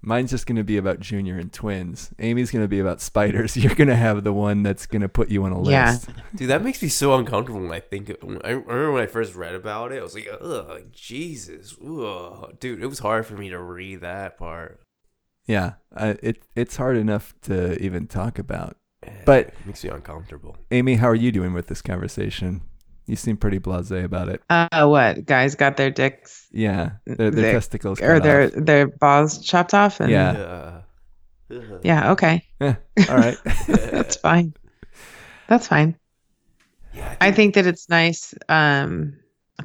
B: Mine's just going to be about Junior and twins. Amy's going to be about spiders. You're going to have the one that's going to put you on a list.
C: Yeah.
D: Dude, that makes me so uncomfortable when I think. When I remember when I first read about it, I was like, "Ugh, Jesus, ugh. dude." It was hard for me to read that part.
B: Yeah, I, it it's hard enough to even talk about.
D: Eh,
B: But-
D: it makes me uncomfortable.
B: Amy, how are you doing with this conversation? You seem pretty blasé about it.
C: Uh, what guys got their dicks
B: Yeah, their, their
C: They-
B: testicles
C: or
B: cut
C: their
B: off.
C: their balls chopped off? And,
B: Yeah.
D: Ugh. Ugh.
C: Yeah. Okay.
B: Yeah, all right.
C: That's fine. That's fine.
D: Yeah,
C: I think that it's nice um,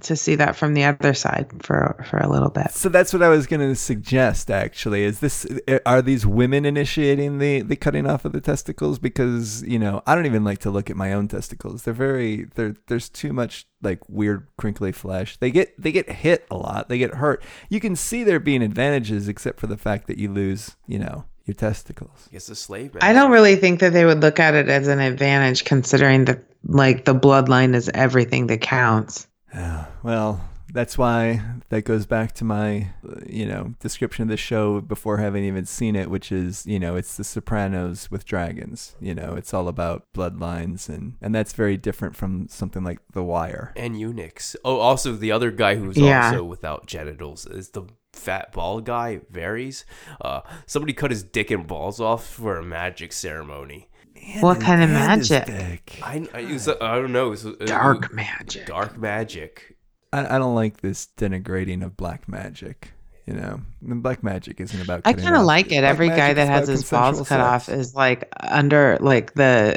C: to see that from the other side for for a little bit.
B: so that's what I was going to suggest. Actually, is this eh, are these women initiating the the cutting off of the testicles? Because you know, I don't even like to look at my own testicles. They're very there. There's too much like weird crinkly flesh. They get they get hit a lot. They get hurt. You can see there being advantages, except for the fact that you lose, you know, your testicles.
D: it's a slave.
C: I don't
D: master.
C: really think that they would look at it as an advantage, considering that like the bloodline is everything that counts.
B: Yeah, well, that's why that goes back to my, uh, you know, description of the show before having even seen it, which is, you know, it's The Sopranos with dragons. You know, it's all about bloodlines, and and that's very different from something like The Wire.
D: And eunuchs. Oh, also the other guy who's
C: Yeah.
D: also without genitals is the fat bald guy. Varies. Uh, somebody cut his dick and balls off for a magic ceremony.
C: What kind of magic?
D: I I, it was, I don't know. It was, it-
C: Dark magic.
D: Dark magic.
B: I, I don't like this denigrating of black magic. You know, And black magic isn't about.
C: I
B: cutting
C: kind of
B: off-
C: like it.
B: black
C: Every guy
B: magic
C: that
B: is
C: has
B: about
C: his balls
B: consensual
C: cut off
B: sex.
C: is like under like the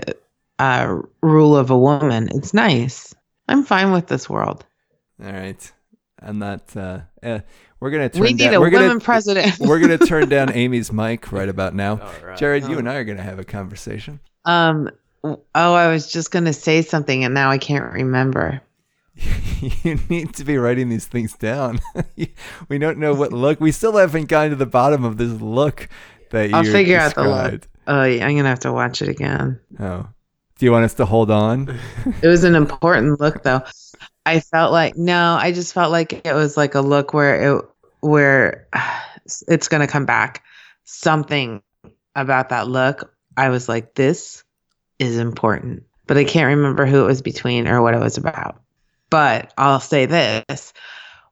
C: uh, rule of a woman. It's nice. I'm fine with this world.
B: All right, I'm not. Uh, eh, we're gonna. Turn
C: We need
B: down-
C: a
B: we're
C: woman
B: gonna-
C: president.
B: We're gonna turn down Amy's mic right about now.
D: All right.
B: Jared, you and I are gonna have a conversation.
C: Um. Oh, I was just gonna say something, and now I can't remember.
B: you need to be writing these things down. we don't know what look. We still haven't gotten to the bottom of this look that you
C: I'll figure out the look.
B: described.
C: Oh, yeah, I'm gonna have to watch it again.
B: Oh, do you want us to hold on?
C: It was an important look, though. I felt like no, I just felt like it was like a look where it where uh, it's gonna come back. Something about that look, I was like, this is important, but I can't remember who it was between or what it was about. But I'll say this.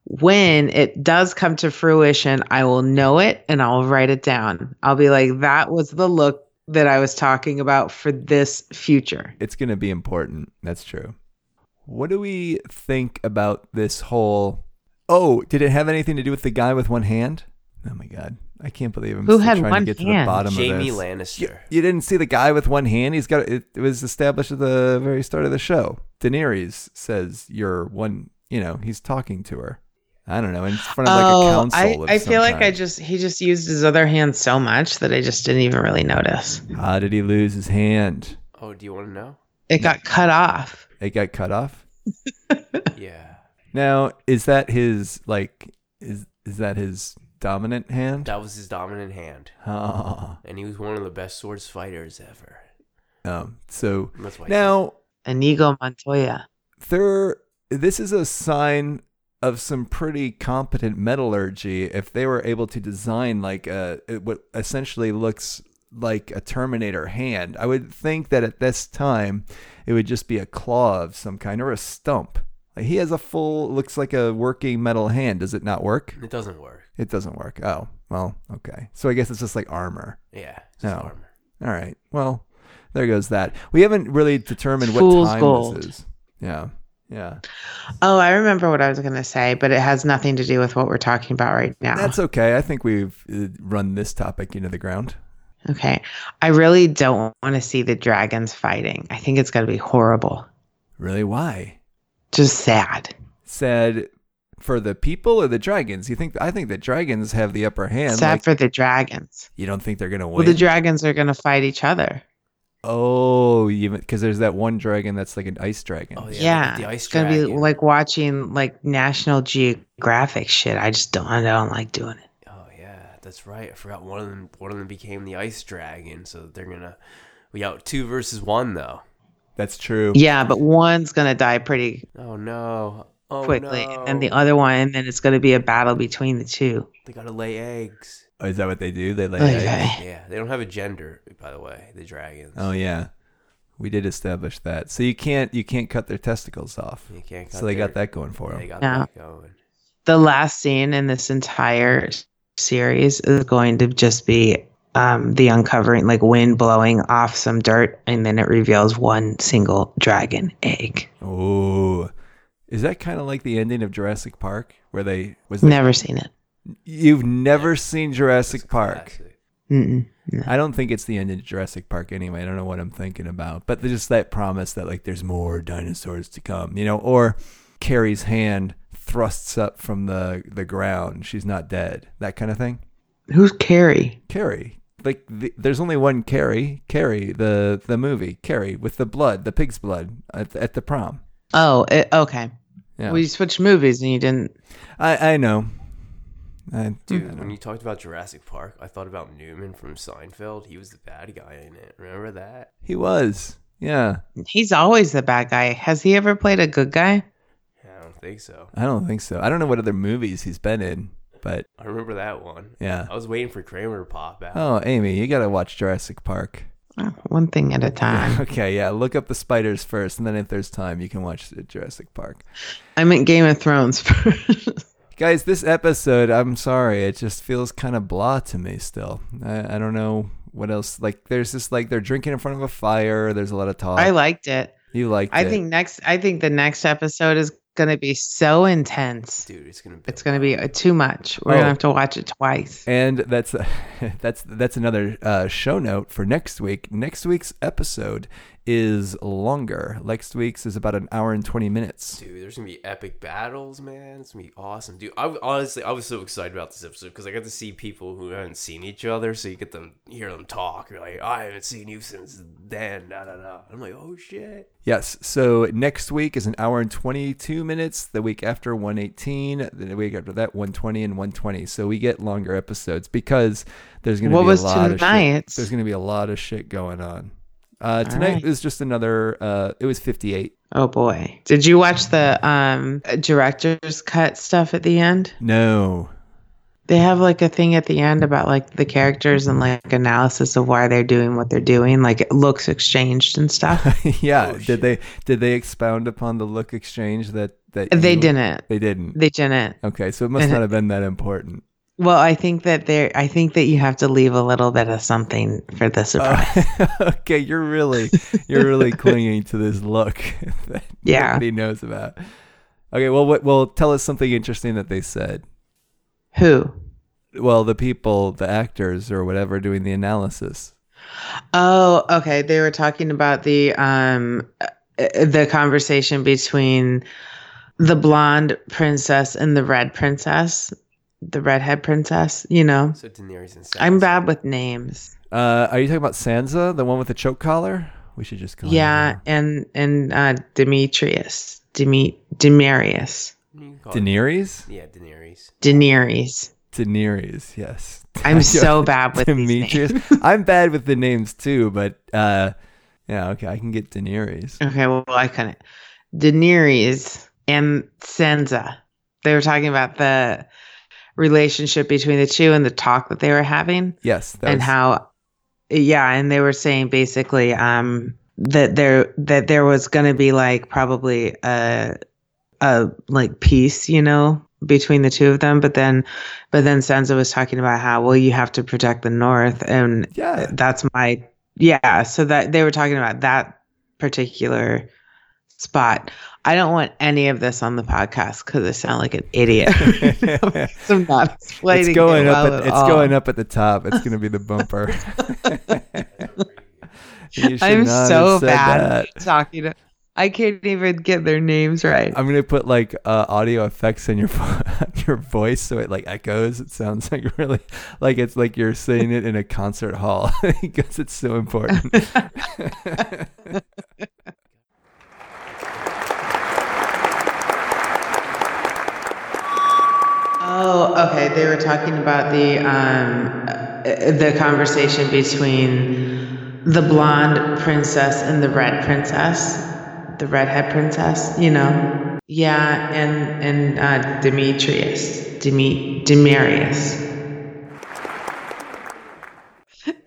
C: When it does come to fruition, I will know it and I'll write it down. I'll be like, that was the look that I was talking about for this future.
B: It's gonna be important. That's true. What do we think about this whole? Oh, did it have anything to do with the guy with one hand? Oh my god, I can't believe I'm
C: Who
B: still
C: had
B: trying
C: one
B: to get to the
C: hand?
B: bottom of
D: Jamie
B: this.
D: Lannister.
B: You didn't see the guy with one hand. He's got it, it was established at the very start of the show. Daenerys says you're one. You know, he's talking to her. I don't know in front of like a council.
C: Oh, I,
B: of
C: I
B: some
C: feel like I
B: kind.
C: just he just used his other hand so much that I just didn't even really notice.
B: How did he lose his hand?
D: Oh, do you want to know?
C: It got cut off.
B: It got cut off.
D: Yeah.
B: Now is that his like is is that his dominant hand?
D: That was his dominant hand.
B: Oh,
D: And he was one of the best swords fighters ever.
B: um, so
D: And That's why
B: now
C: Inigo Montoya.
B: there this is a sign of some pretty competent metallurgy if they were able to design like a it- what essentially looks like a terminator hand i would think that at this time it would just be a claw of some kind or a stump like he has a full looks like a working metal hand does it not work
D: he- it doesn't work.
B: it doesn't work oh well okay so i guess it's just like armor
D: Yeah. it's just
B: No.
D: armor.
B: all right well there goes that we haven't really determined what
C: Fool's
B: time
C: gold.
B: this is yeah yeah
C: Oh, I remember what I was going to say, but it has nothing to do with what we're talking about right now.
B: That's okay. I think we've uh, run this topic into the ground.
C: okay. I really don't want to see the dragons fighting. I think it's going to be horrible.
B: Really? Why?
C: Just sad.
B: Said for the people or the dragons? You think? I think the dragons have the upper hand.
C: sad
B: like,
C: for the dragons.
B: you don't think they're gonna win?
C: Well, the dragons are going to fight each other.
B: oh, because there's that one dragon that's like an ice dragon.
D: Oh, yeah. like
C: Yeah,
D: the ice
C: it's gonna be
D: dragon.
C: like watching like National Geographic shit. I just don't, I don't like doing it.
D: Oh yeah, that's right. I forgot one of them. One of them became the ice dragon, so they're gonna. We out two versus one though.
B: That's true.
C: Yeah, but one's gonna die pretty
D: Oh no! Oh
C: quickly,
D: no.
C: and the other one, and then it's gonna be a battle between the two.
D: they gotta lay eggs.
B: Oh, is that what they do? They like.
C: Okay.
D: Yeah, they don't have a gender, by the way. The dragons.
B: Oh yeah, we did establish that. So you can't you can't cut their testicles off.
D: You can't cut
B: So they got
D: their-
B: that going for
D: They
B: them.
D: got
C: Yeah.
D: that going.
C: The last scene in this entire series is going to just be um, the uncovering, like wind blowing off some dirt, and then it reveals one single dragon egg.
B: Oh, is that kind of like the ending of Jurassic Park where they was that-
C: Never seen it.
B: You've never seen Jurassic Park.
D: Classic.
C: Mm-mm. No.
B: I don't think it's the end of Jurassic Park anyway. I don't know what I'm thinking about, but there's just that promise that like there's more dinosaurs to come, you know, or Carrie's hand thrusts up from the the ground. She's not dead. That kind of thing.
C: Who's Carrie?
B: Carrie. Like the, there's only one Carrie. Carrie the the movie. Carrie with the blood, the pig's blood at, the- at the prom.
C: Oh, it, okay.
B: Yeah.
C: We switched movies and you didn't.
B: I I know. I,
D: Dude,
B: I know.
D: when you talked about Jurassic Park, I thought about Newman from Seinfeld. He was the bad guy in it. Remember that?
B: he was. Yeah.
C: He's always the bad guy. Has he ever played a good guy?
D: I don't think so.
B: I don't think so. I don't know what other movies he's been in, but
D: I remember that one.
B: yeah.
D: I was waiting for Kramer to pop out.
B: Oh, Amy, you gotta watch Jurassic Park.
C: Oh, one thing at a time.
B: Okay, yeah. Look up the spiders first, and then if there's time, you can watch Jurassic Park.
C: I meant Game of Thrones first.
B: Guys, this episode, I'm sorry, it just feels kind of blah to me still. I, I don't know what else. Like, there's just like they're drinking in front of a fire. There's a lot of talk.
C: I liked it.
B: you liked
C: I
B: it.
C: think next. I think the next episode is going to be so intense.
D: Dude, it's gonna be
C: It's going to be uh, too much. We're going
B: Oh.
C: to have to watch it twice.
B: And that's that's that's another uh, show note for next week. Next week's episode is longer. Next week's is about an hour and twenty minutes.
D: Dude, there's gonna be epic battles, man. It's gonna be awesome, dude. I honestly, I was so excited about this episode because I got to see people who haven't seen each other, so you get them hear them talk. You're like, I haven't seen you since then. Da da da. I'm like, oh shit.
B: Yes. So next week is an hour and 22 minutes. The week after 118. The week after that 120 and 120. So we get longer episodes because there's going to
C: What
B: be
C: was
B: a lot of shit.
C: tonight's?
B: There's going to be a lot of shit going on. Uh, tonight
C: right.
B: is just another. Uh, it was 58.
C: Oh boy! Did you watch the um, director's cut stuff at the end?
B: No.
C: They have like a thing at the end about like the characters and like analysis of why they're doing what they're doing, like looks exchanged and stuff.
B: yeah. did they did they expound upon the look exchange that that
C: they
B: you-
C: didn't.
B: They didn't.
C: They didn't.
B: okay. So it must not have been that important.
C: Well, I think that there. I think that you have to leave a little bit of something for the surprise.
B: okay, you're really you're really clinging to this look that
C: Yeah.
B: nobody knows about. Okay, well, what, well, tell us something interesting that they said.
C: Who?
B: Well, the people, the actors, or whatever, doing the analysis.
C: Oh, okay. They were talking about the um uh, the conversation between the blonde princess and the red princess, the redhead princess, you know.
D: So Daenerys and Sansa.
C: I'm bad with names.
B: Uh, are you talking about Sansa, the one with the choke collar? We should just call her
C: yeah, and and uh Demetrius, Deme- Demarius,
D: You
B: that.
D: call it-
B: Daenerys.
D: Yeah, Daenerys.
C: Daenerys.
B: Daenerys, yes.
C: I'm so bad with these
B: Demetrius. I'm bad with the names too, but uh, yeah, okay, I can get Daenerys.
C: Okay, well I couldn't. Daenerys and Sansa. They were talking about the relationship between the two and the talk that they were having.
B: Yes, that
C: and
B: was-
C: how yeah and they were saying basically um that there that there was going to be like probably a a like peace you know between the two of them but then but then Sansa was talking about how well you have to protect the north and
B: yeah,
C: that's my yeah so that they were talking about that particular spot I don't want any of this on the podcast because I sound like an idiot. I'm not explaining
B: it's going
C: it
B: up.
C: well
B: At,
C: at
B: it's
C: all.
B: going up at the top. It's going to be the bumper. You should
C: I'm
B: not
C: so
B: have said
C: bad
B: that.
C: at talking. To, I can't even get their names right.
B: I'm gonna put like uh, audio effects in your vo- on your voice so it like echoes. It sounds like really like it's like you're saying it in a concert hall because it's so important.
C: Oh, okay. They were talking about the um, uh, the conversation between the blonde princess and the red princess, the redhead princess. You know. Yeah, and and uh, Demetrius, Demi Demarius.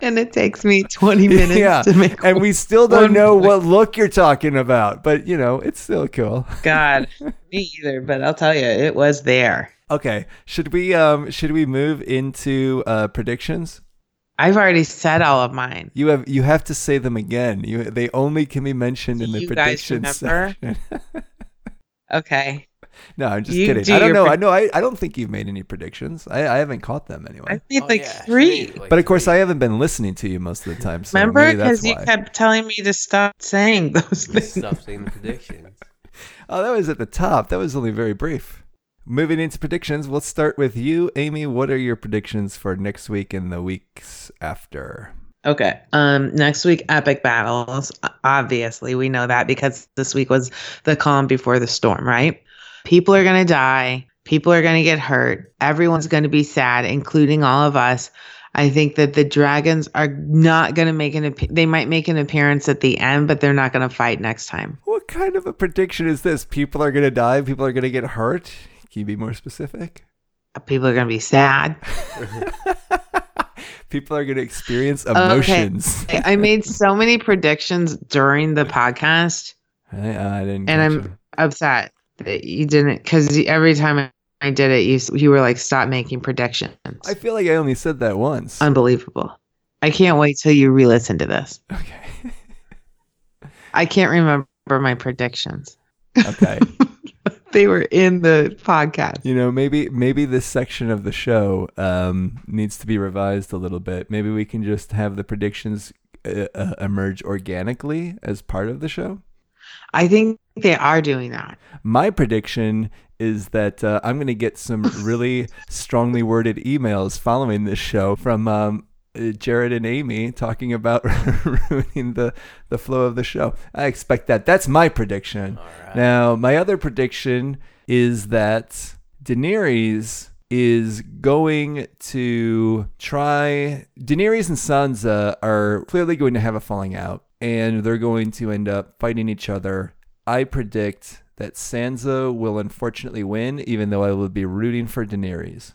C: and it takes me 20 minutes
B: yeah,
C: to make
B: and we still don't
C: one
B: know
C: point.
B: what look you're talking about, but you know it's still cool.
C: God, me either, but I'll tell you, it was there.
B: Okay, should we um should we move into uh, predictions?
C: I've already said all of mine.
B: You have you have to say them again. You they only can be mentioned in the
C: You guys
B: predictions
C: remember?
B: section.
C: Okay.
B: no, I'm just
C: You
B: kidding.
C: do
B: I don't
C: your
B: know.
C: pre-
B: I know. I, I don't think you've made any predictions. I, I haven't caught them anyway.
C: I made
D: Oh,
C: like
D: yeah, she
C: three.
D: made, like,
B: but of course,
D: three.
B: I haven't been listening to you most of the time. So
C: Remember?
B: maybe that's
C: Because you
B: why.
C: kept telling me to stop saying those
D: You
C: things.
D: stopped saying the predictions.
B: Oh, that was at the top. That was only very brief. Moving into predictions, we'll start with you, Amy. What are your predictions for next week and the weeks after?
C: Okay. Um, next week, epic battles. O- Obviously, we know that because this week was the calm before the storm, right? People are gonna die. People are gonna get hurt. Everyone's gonna be sad, including all of us. I think that the dragons are not gonna make an. ap- They might make an appearance at the end, but they're not gonna fight next time.
B: What kind of a prediction is this? People are going to die. People are going to get hurt. Can you be more specific?
C: People are gonna be sad.
B: people are going to experience emotions.
C: I I made so many predictions during the podcast.
B: I, I didn't.
C: And
B: catch
C: I'm-
B: them.
C: upset that you didn't because every time I did it, you s- you were like, "Stop making predictions."
B: I feel like I only said that once.
C: Unbelievable! I can't wait till you re-listen to this.
B: okay.
C: I can't remember my predictions;
B: okay.
C: they were in the podcast.
B: You know, maybe maybe this section of the show um, needs to be revised a little bit. Maybe we can just have the predictions uh, uh, emerge organically as part of the show.
C: I think they are doing that.
B: My prediction is that uh, I'm going to get some really strongly worded emails following this show from um, uh, Jared and Amy talking about ruining the, the flow of the show. I expect that. That's my prediction. Now, my other prediction is that Daenerys is going to try. Daenerys and Sansa are clearly going to have a falling out, and they're going to end up fighting each other. I predict that Sansa will unfortunately win, even though I will be rooting for Daenerys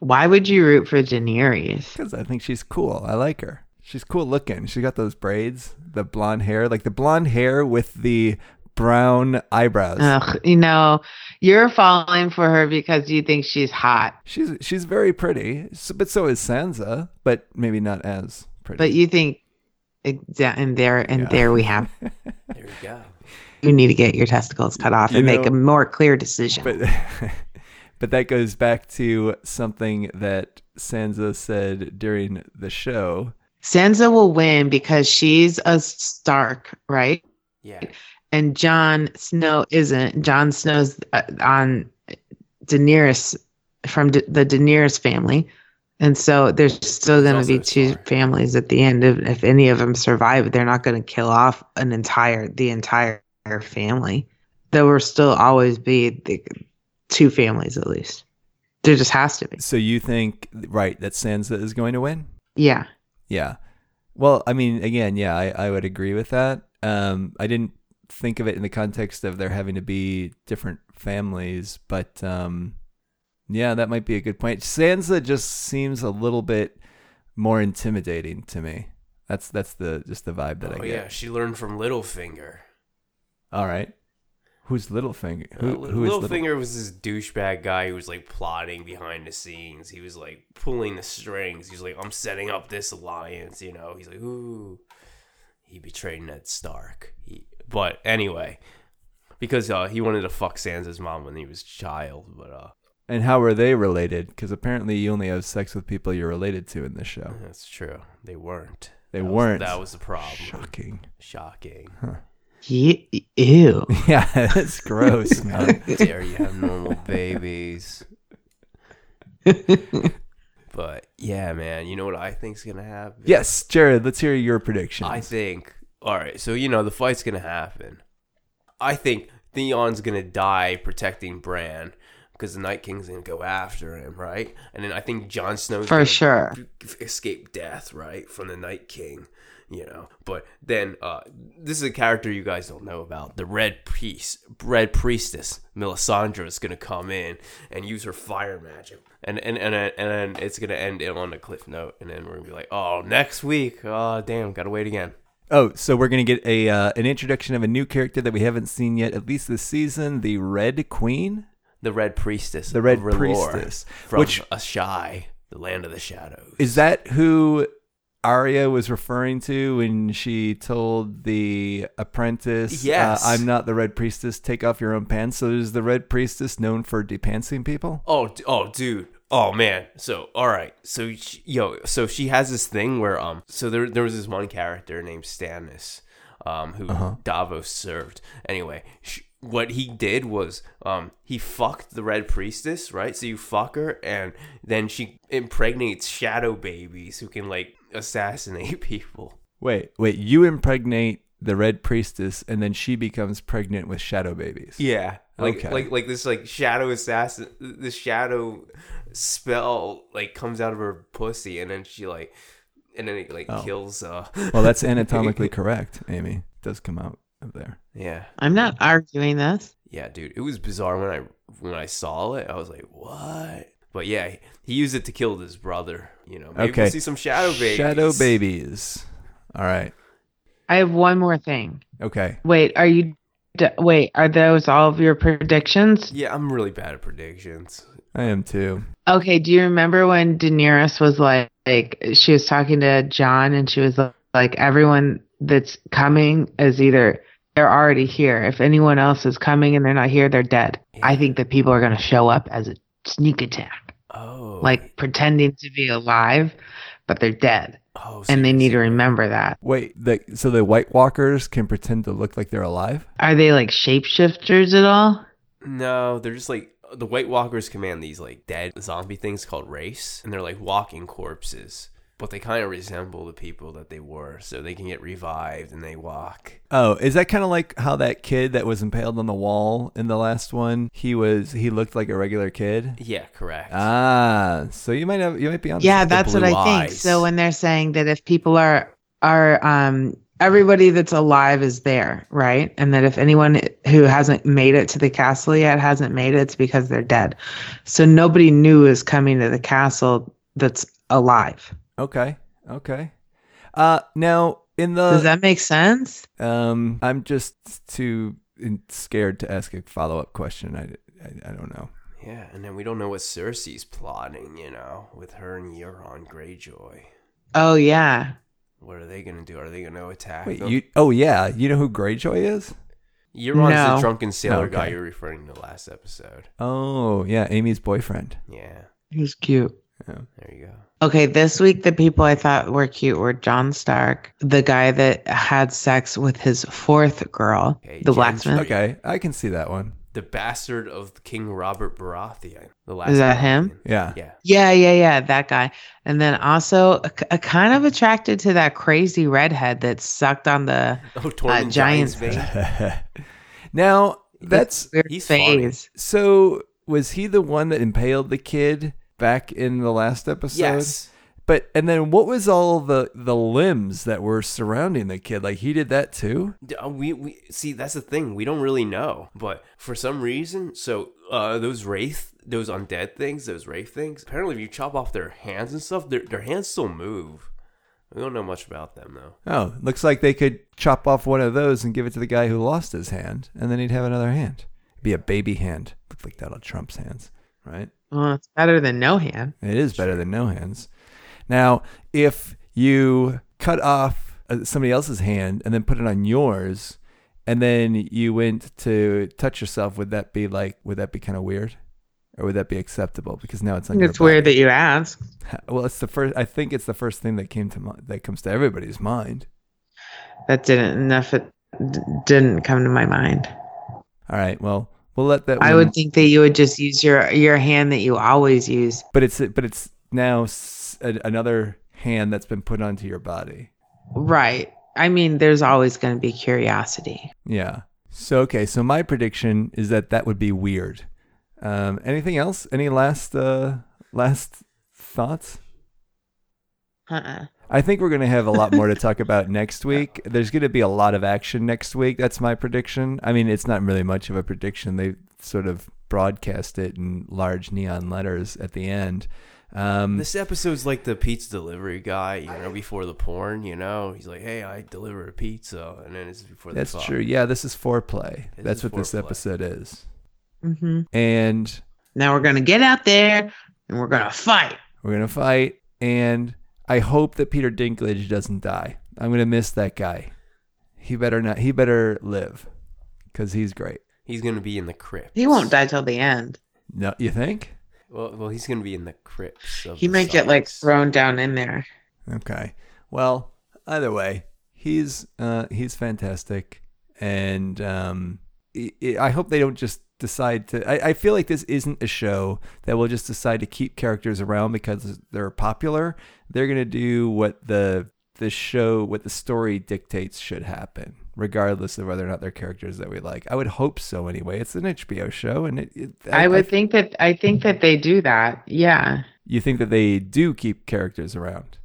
C: Why would you root for Daenerys?
B: because I think she's cool. I like her. She's cool looking. She's got those braids, the blonde hair, like the blonde hair with the brown eyebrows.
C: Ugh, you know, you're falling for her because you think she's hot,
B: She's she's very pretty, so, but so is Sansa, but maybe not as pretty.
C: but you think, exa- and there, and
B: Yeah.
C: there we have.
D: There we go.
C: You need to get your testicles cut off
B: You
C: and make
B: know-
C: a more clear decision.
B: but but that goes back to something that Sansa said during the show.
C: Sansa will win because she's a Stark, right?
D: Yeah.
C: And Jon Snow isn't. Jon Snow's uh, on Daenerys from D- the Daenerys family. And so there's still
D: He's
C: going to
D: also
C: be two
D: Stark.
C: families at the end. If, if any of them survive, they're not going to kill off an entire the entire family. There will still always be the, two families at least. There just has to be.
B: So you think right that Sansa is going to win?
C: Yeah.
B: Yeah. Well, I mean, again, yeah, I, I would agree with that. Um, I didn't think of it in the context of there having to be different families, but um, yeah, that might be a good point. Sansa just seems a little bit more intimidating to me. That's that's the just the vibe that I
D: Oh
B: get.
D: yeah, she learned from Littlefinger.
B: All right. Who's Littlefinger?
D: Uh,
B: Who,
D: Li-
B: who is Little-
D: Littlefinger was this douchebag guy who was like plotting behind the scenes. He was like pulling the strings. He's like, I'm setting up this alliance, you know. He's like, ooh, he betrayed Ned Stark. He, but anyway, because uh, he wanted to fuck Sansa's mom when he was a child, but uh,
B: And how are they related? Because apparently you only have sex with people you're related to in this show.
D: that's true. They weren't.
B: They
D: That was-
B: weren't.
D: that was the problem.
B: Shocking.
D: Shocking.
C: Ye- ew.
B: Yeah, that's gross,
D: How
B: man.
D: dare you have normal babies? but yeah, man, you know what I think's gonna happen?
B: Yes, Jared, let's hear your predictions.
D: I think. All right, so you know the fight's gonna happen. I think Theon's gonna die protecting Bran because the Night King's gonna go after him, right? And then I think Jon Snow's
C: For
D: gonna
C: sure.
D: f- escape death, right, from the Night King. you know. But then uh, this is a character you guys don't know about. The Red Priest, Red Priestess Melisandre is gonna come in and use her fire magic, and and and and, and then it's gonna end it on a cliff note, and then we're gonna be like, oh, next week, oh damn, gotta wait again.
B: Oh, so we're gonna get a uh, an introduction of a new character that we haven't seen yet, at least this season. The Red Queen.
D: The Red Priestess,
B: The Red
D: of R'hllor
B: Priestess,
D: from
B: which-
D: Ashai, the land of the shadows.
B: Is that who Arya was referring to when she told the apprentice, uh,
D: Yes.
B: I'm not the Red Priestess, take off your own pants? So is the Red Priestess known for depantsing people?
D: Oh, d- oh, dude. Oh man. So, all right. So, she, yo, so she has this thing where um, so there there was this one character named Stannis, um, who
B: Uh-huh.
D: Davos served. Anyway, sh what he did was um, he fucked the Red Priestess, right? So you fuck her, and then she impregnates shadow babies who can like assassinate people.
B: Wait, wait, you impregnate the Red Priestess and then she becomes pregnant with shadow babies.
D: Yeah. Like
B: Okay.
D: like like this like shadow assassin this shadow spell like comes out of her pussy and then she like and then it like
B: Oh.
D: kills uh
B: Well, that's anatomically correct, Amy. It does come out of there.
D: Yeah.
C: I'm not arguing this.
D: Yeah, dude. It was bizarre when I when I saw it. I was like, "What?" But yeah, he used it to kill his brother, you know. Maybe
B: okay.
D: we'll see some shadow babies.
B: Shadow babies. All right.
C: I have one more thing.
B: Okay.
C: Wait, are you? d- Wait, are those all of your predictions?
D: Yeah, I'm really bad at predictions.
B: I am too.
C: Okay, do you remember when Daenerys was like, like she was talking to John and she was like, everyone that's coming is either they're already here. If anyone else is coming and they're not here, they're dead. I think that people are going to show up as a sneak attack,
D: Oh.
C: like pretending to be alive, but they're dead.
D: oh, so
C: And they
D: you-
C: need to remember that.
B: Wait, the, so the White Walkers can pretend to look like they're alive?
C: Are they like shapeshifters at all?
D: No, they're just like the White Walkers command these like dead zombie things called race, and they're like walking corpses, but they kind of resemble the people that they were, so they can get revived and they walk.
B: Oh, is that kind of like how that kid that was impaled on the wall in the last one? He was he looked like a regular kid.
D: Yeah, correct.
B: Ah, so you might have you might be on.
C: Yeah,
D: the
C: that's what
D: blue
C: I think.
D: eyes.
C: So when they're saying that if people are are um everybody that's alive is there, right? And that if anyone who hasn't made it to the castle yet hasn't made it, it's because they're dead. So nobody new is coming to the castle that's alive.
B: Okay. Okay. Uh, now in the
C: Does that make sense?
B: um, I'm just too in- scared to ask a follow up question. I, I I don't know.
D: yeah, and then we don't know what Cersei's plotting, you know, with her and Euron Greyjoy.
C: Oh yeah.
D: What are they gonna do? Are they gonna attack?
B: Wait,
D: them?
B: you? Oh yeah, you know who Greyjoy is?
D: Euron's the
C: No.
D: drunken sailor
B: okay.
D: guy you're referring to last episode.
B: Oh yeah, Amy's boyfriend.
D: Yeah,
C: He's cute.
D: there you go.
C: Okay, this week the people I thought were cute were John Stark, the guy that had sex with his fourth girl,
D: Okay,
C: the
D: Jon
C: blacksmith.
D: Stark.
B: Okay, I can see that one.
D: The bastard of King Robert Baratheon. The last
C: that him?
D: Baratheon.
B: Yeah.
D: Yeah.
C: Yeah, yeah, yeah, that guy. And then also a, a kind of attracted to that crazy redhead that sucked on the
D: Oh, Tormund
C: Uh, Giants
D: Giants vein.
B: now that's
C: weird
D: He's
C: face.
B: So was he the one that impaled the kid back in the last episode?
D: Yes.
B: But and then what was all the the limbs that were surrounding the kid? Like he did that too.
D: D- uh, We, we see that's the thing we don't really know but for some reason so uh those wraith those undead things those wraith things apparently if you chop off their hands and stuff their, their hands still move we don't know much about them though
B: Oh, looks like they could chop off one of those and give it to the guy who lost his hand, and then he'd have another hand. It'd be a baby hand. Looked like that on Trump's hands, right?
C: Well, it's better than no hand.
B: It is better than no hands. Now, if you cut off uh, somebody else's hand and then put it on yours, and then you went to touch yourself, would that be like? Would that be kind of weird, or would that be acceptable? Because now it's on
C: I think
B: your
C: it's weird that
B: body.
C: you ask.
B: Well, it's the first. I think it's the first thing that came to mi- that comes to everybody's mind.
C: That didn't enough. It d- didn't come to my mind.
B: All right. Well, we'll let that.
C: I
B: one-
C: would think that you would just use your your hand that you always use.
B: But it's but it's now s- a- another hand that's been put onto your body.
C: Right. I mean, there's always going to be curiosity.
B: Yeah. So okay. So my prediction is that that would be weird. Um, anything else? Any last uh, last thoughts?
C: Uh-uh.
B: I think we're going to have a lot more to talk about next week. There's going to be a lot of action next week. That's my prediction. I mean, it's not really much of a prediction. They sort of broadcast it in large neon letters at the end.
C: Hmm.
B: Um,
D: This episode's like the pizza delivery guy, you know, before the porn, you know. He's like, hey, I deliver a pizza. And then it's before the
B: that's
D: fuck.
B: true. Yeah, this is foreplay.
D: This
B: that's
D: is
B: what this
D: foreplay.
B: episode is.
C: hmm
B: And
C: Now we're gonna get out there and we're gonna fight.
B: we're going to fight. And I hope that Peter Dinklage doesn't die. I'm going to miss that guy. He better not. He better live because he's great.
D: He's going to be in the crypt.
C: He won't die till the end.
B: No, you think?
D: Well, well he's going to be in the crypts. Of
C: He
D: the
C: might get like
D: science.
C: thrown down in there.
B: Okay. Well, either way, he's uh, he's fantastic, and um, i i I hope they don't just decide to. I, I feel like this isn't a show that will just decide to keep characters around because they're popular. They're gonna do what the the show, what the story dictates, should happen, regardless of whether or not they're characters that we like. I would hope so, anyway. It's an HBO show, and it, it,
C: I, would think that I think that they do that. Yeah.
B: you think that they do keep characters around.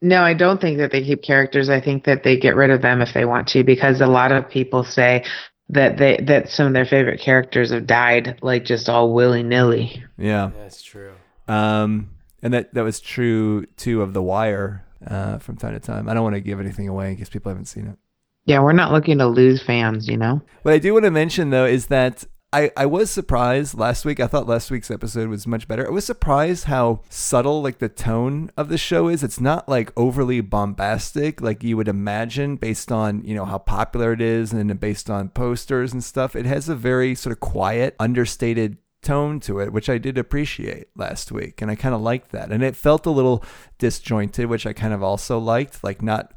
C: No, I don't think that they keep characters. I think that they get rid of them if they want to, because a lot of people say that they that some of their favorite characters have died like just all willy nilly.
B: Yeah.
D: That's true.
B: Um, and that, that was true too of The Wire uh, from time to time. I don't want to give anything away in case people haven't seen it.
C: Yeah, we're not looking to lose fans, you know.
B: What I do want to mention though is that I, I was surprised last week. I thought last week's episode was much better. I was surprised how subtle like the tone of the show is. It's not like overly bombastic like you would imagine based on, you know, how popular it is and based on posters and stuff. It has a very sort of quiet, understated tone to it, which I did appreciate last week. And I kind of liked that. And it felt a little disjointed, which I kind of also liked, like not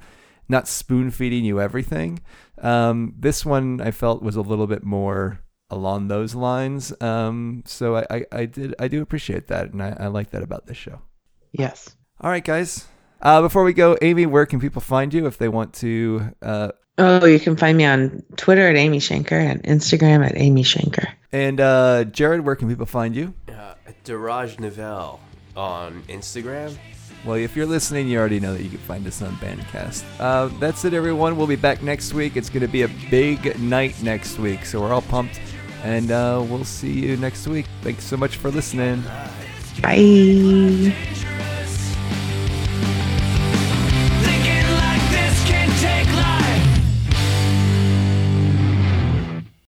B: not spoon feeding you everything. Um, this one I felt was a little bit more along those lines. Um, so I, I, I did I do appreciate that, and I, I like that about this show.
C: Yes.
B: All right, guys. Uh, before we go, Amy, where can people find you if they want to? Uh,
C: Oh, you can find me on Twitter at Amy Shanker and Instagram at Amy Shanker.
B: and uh, Jared, where can people find you?
D: Uh, Daraj Nivelle on Instagram.
B: Well, if you're listening, you already know that you can find us on Bandcast. Uh, that's it, everyone. We'll be back next week. It's going to be a big night next week, so we're all pumped. And uh, we'll see you next week. Thanks so much for listening.
C: Bye.
E: Change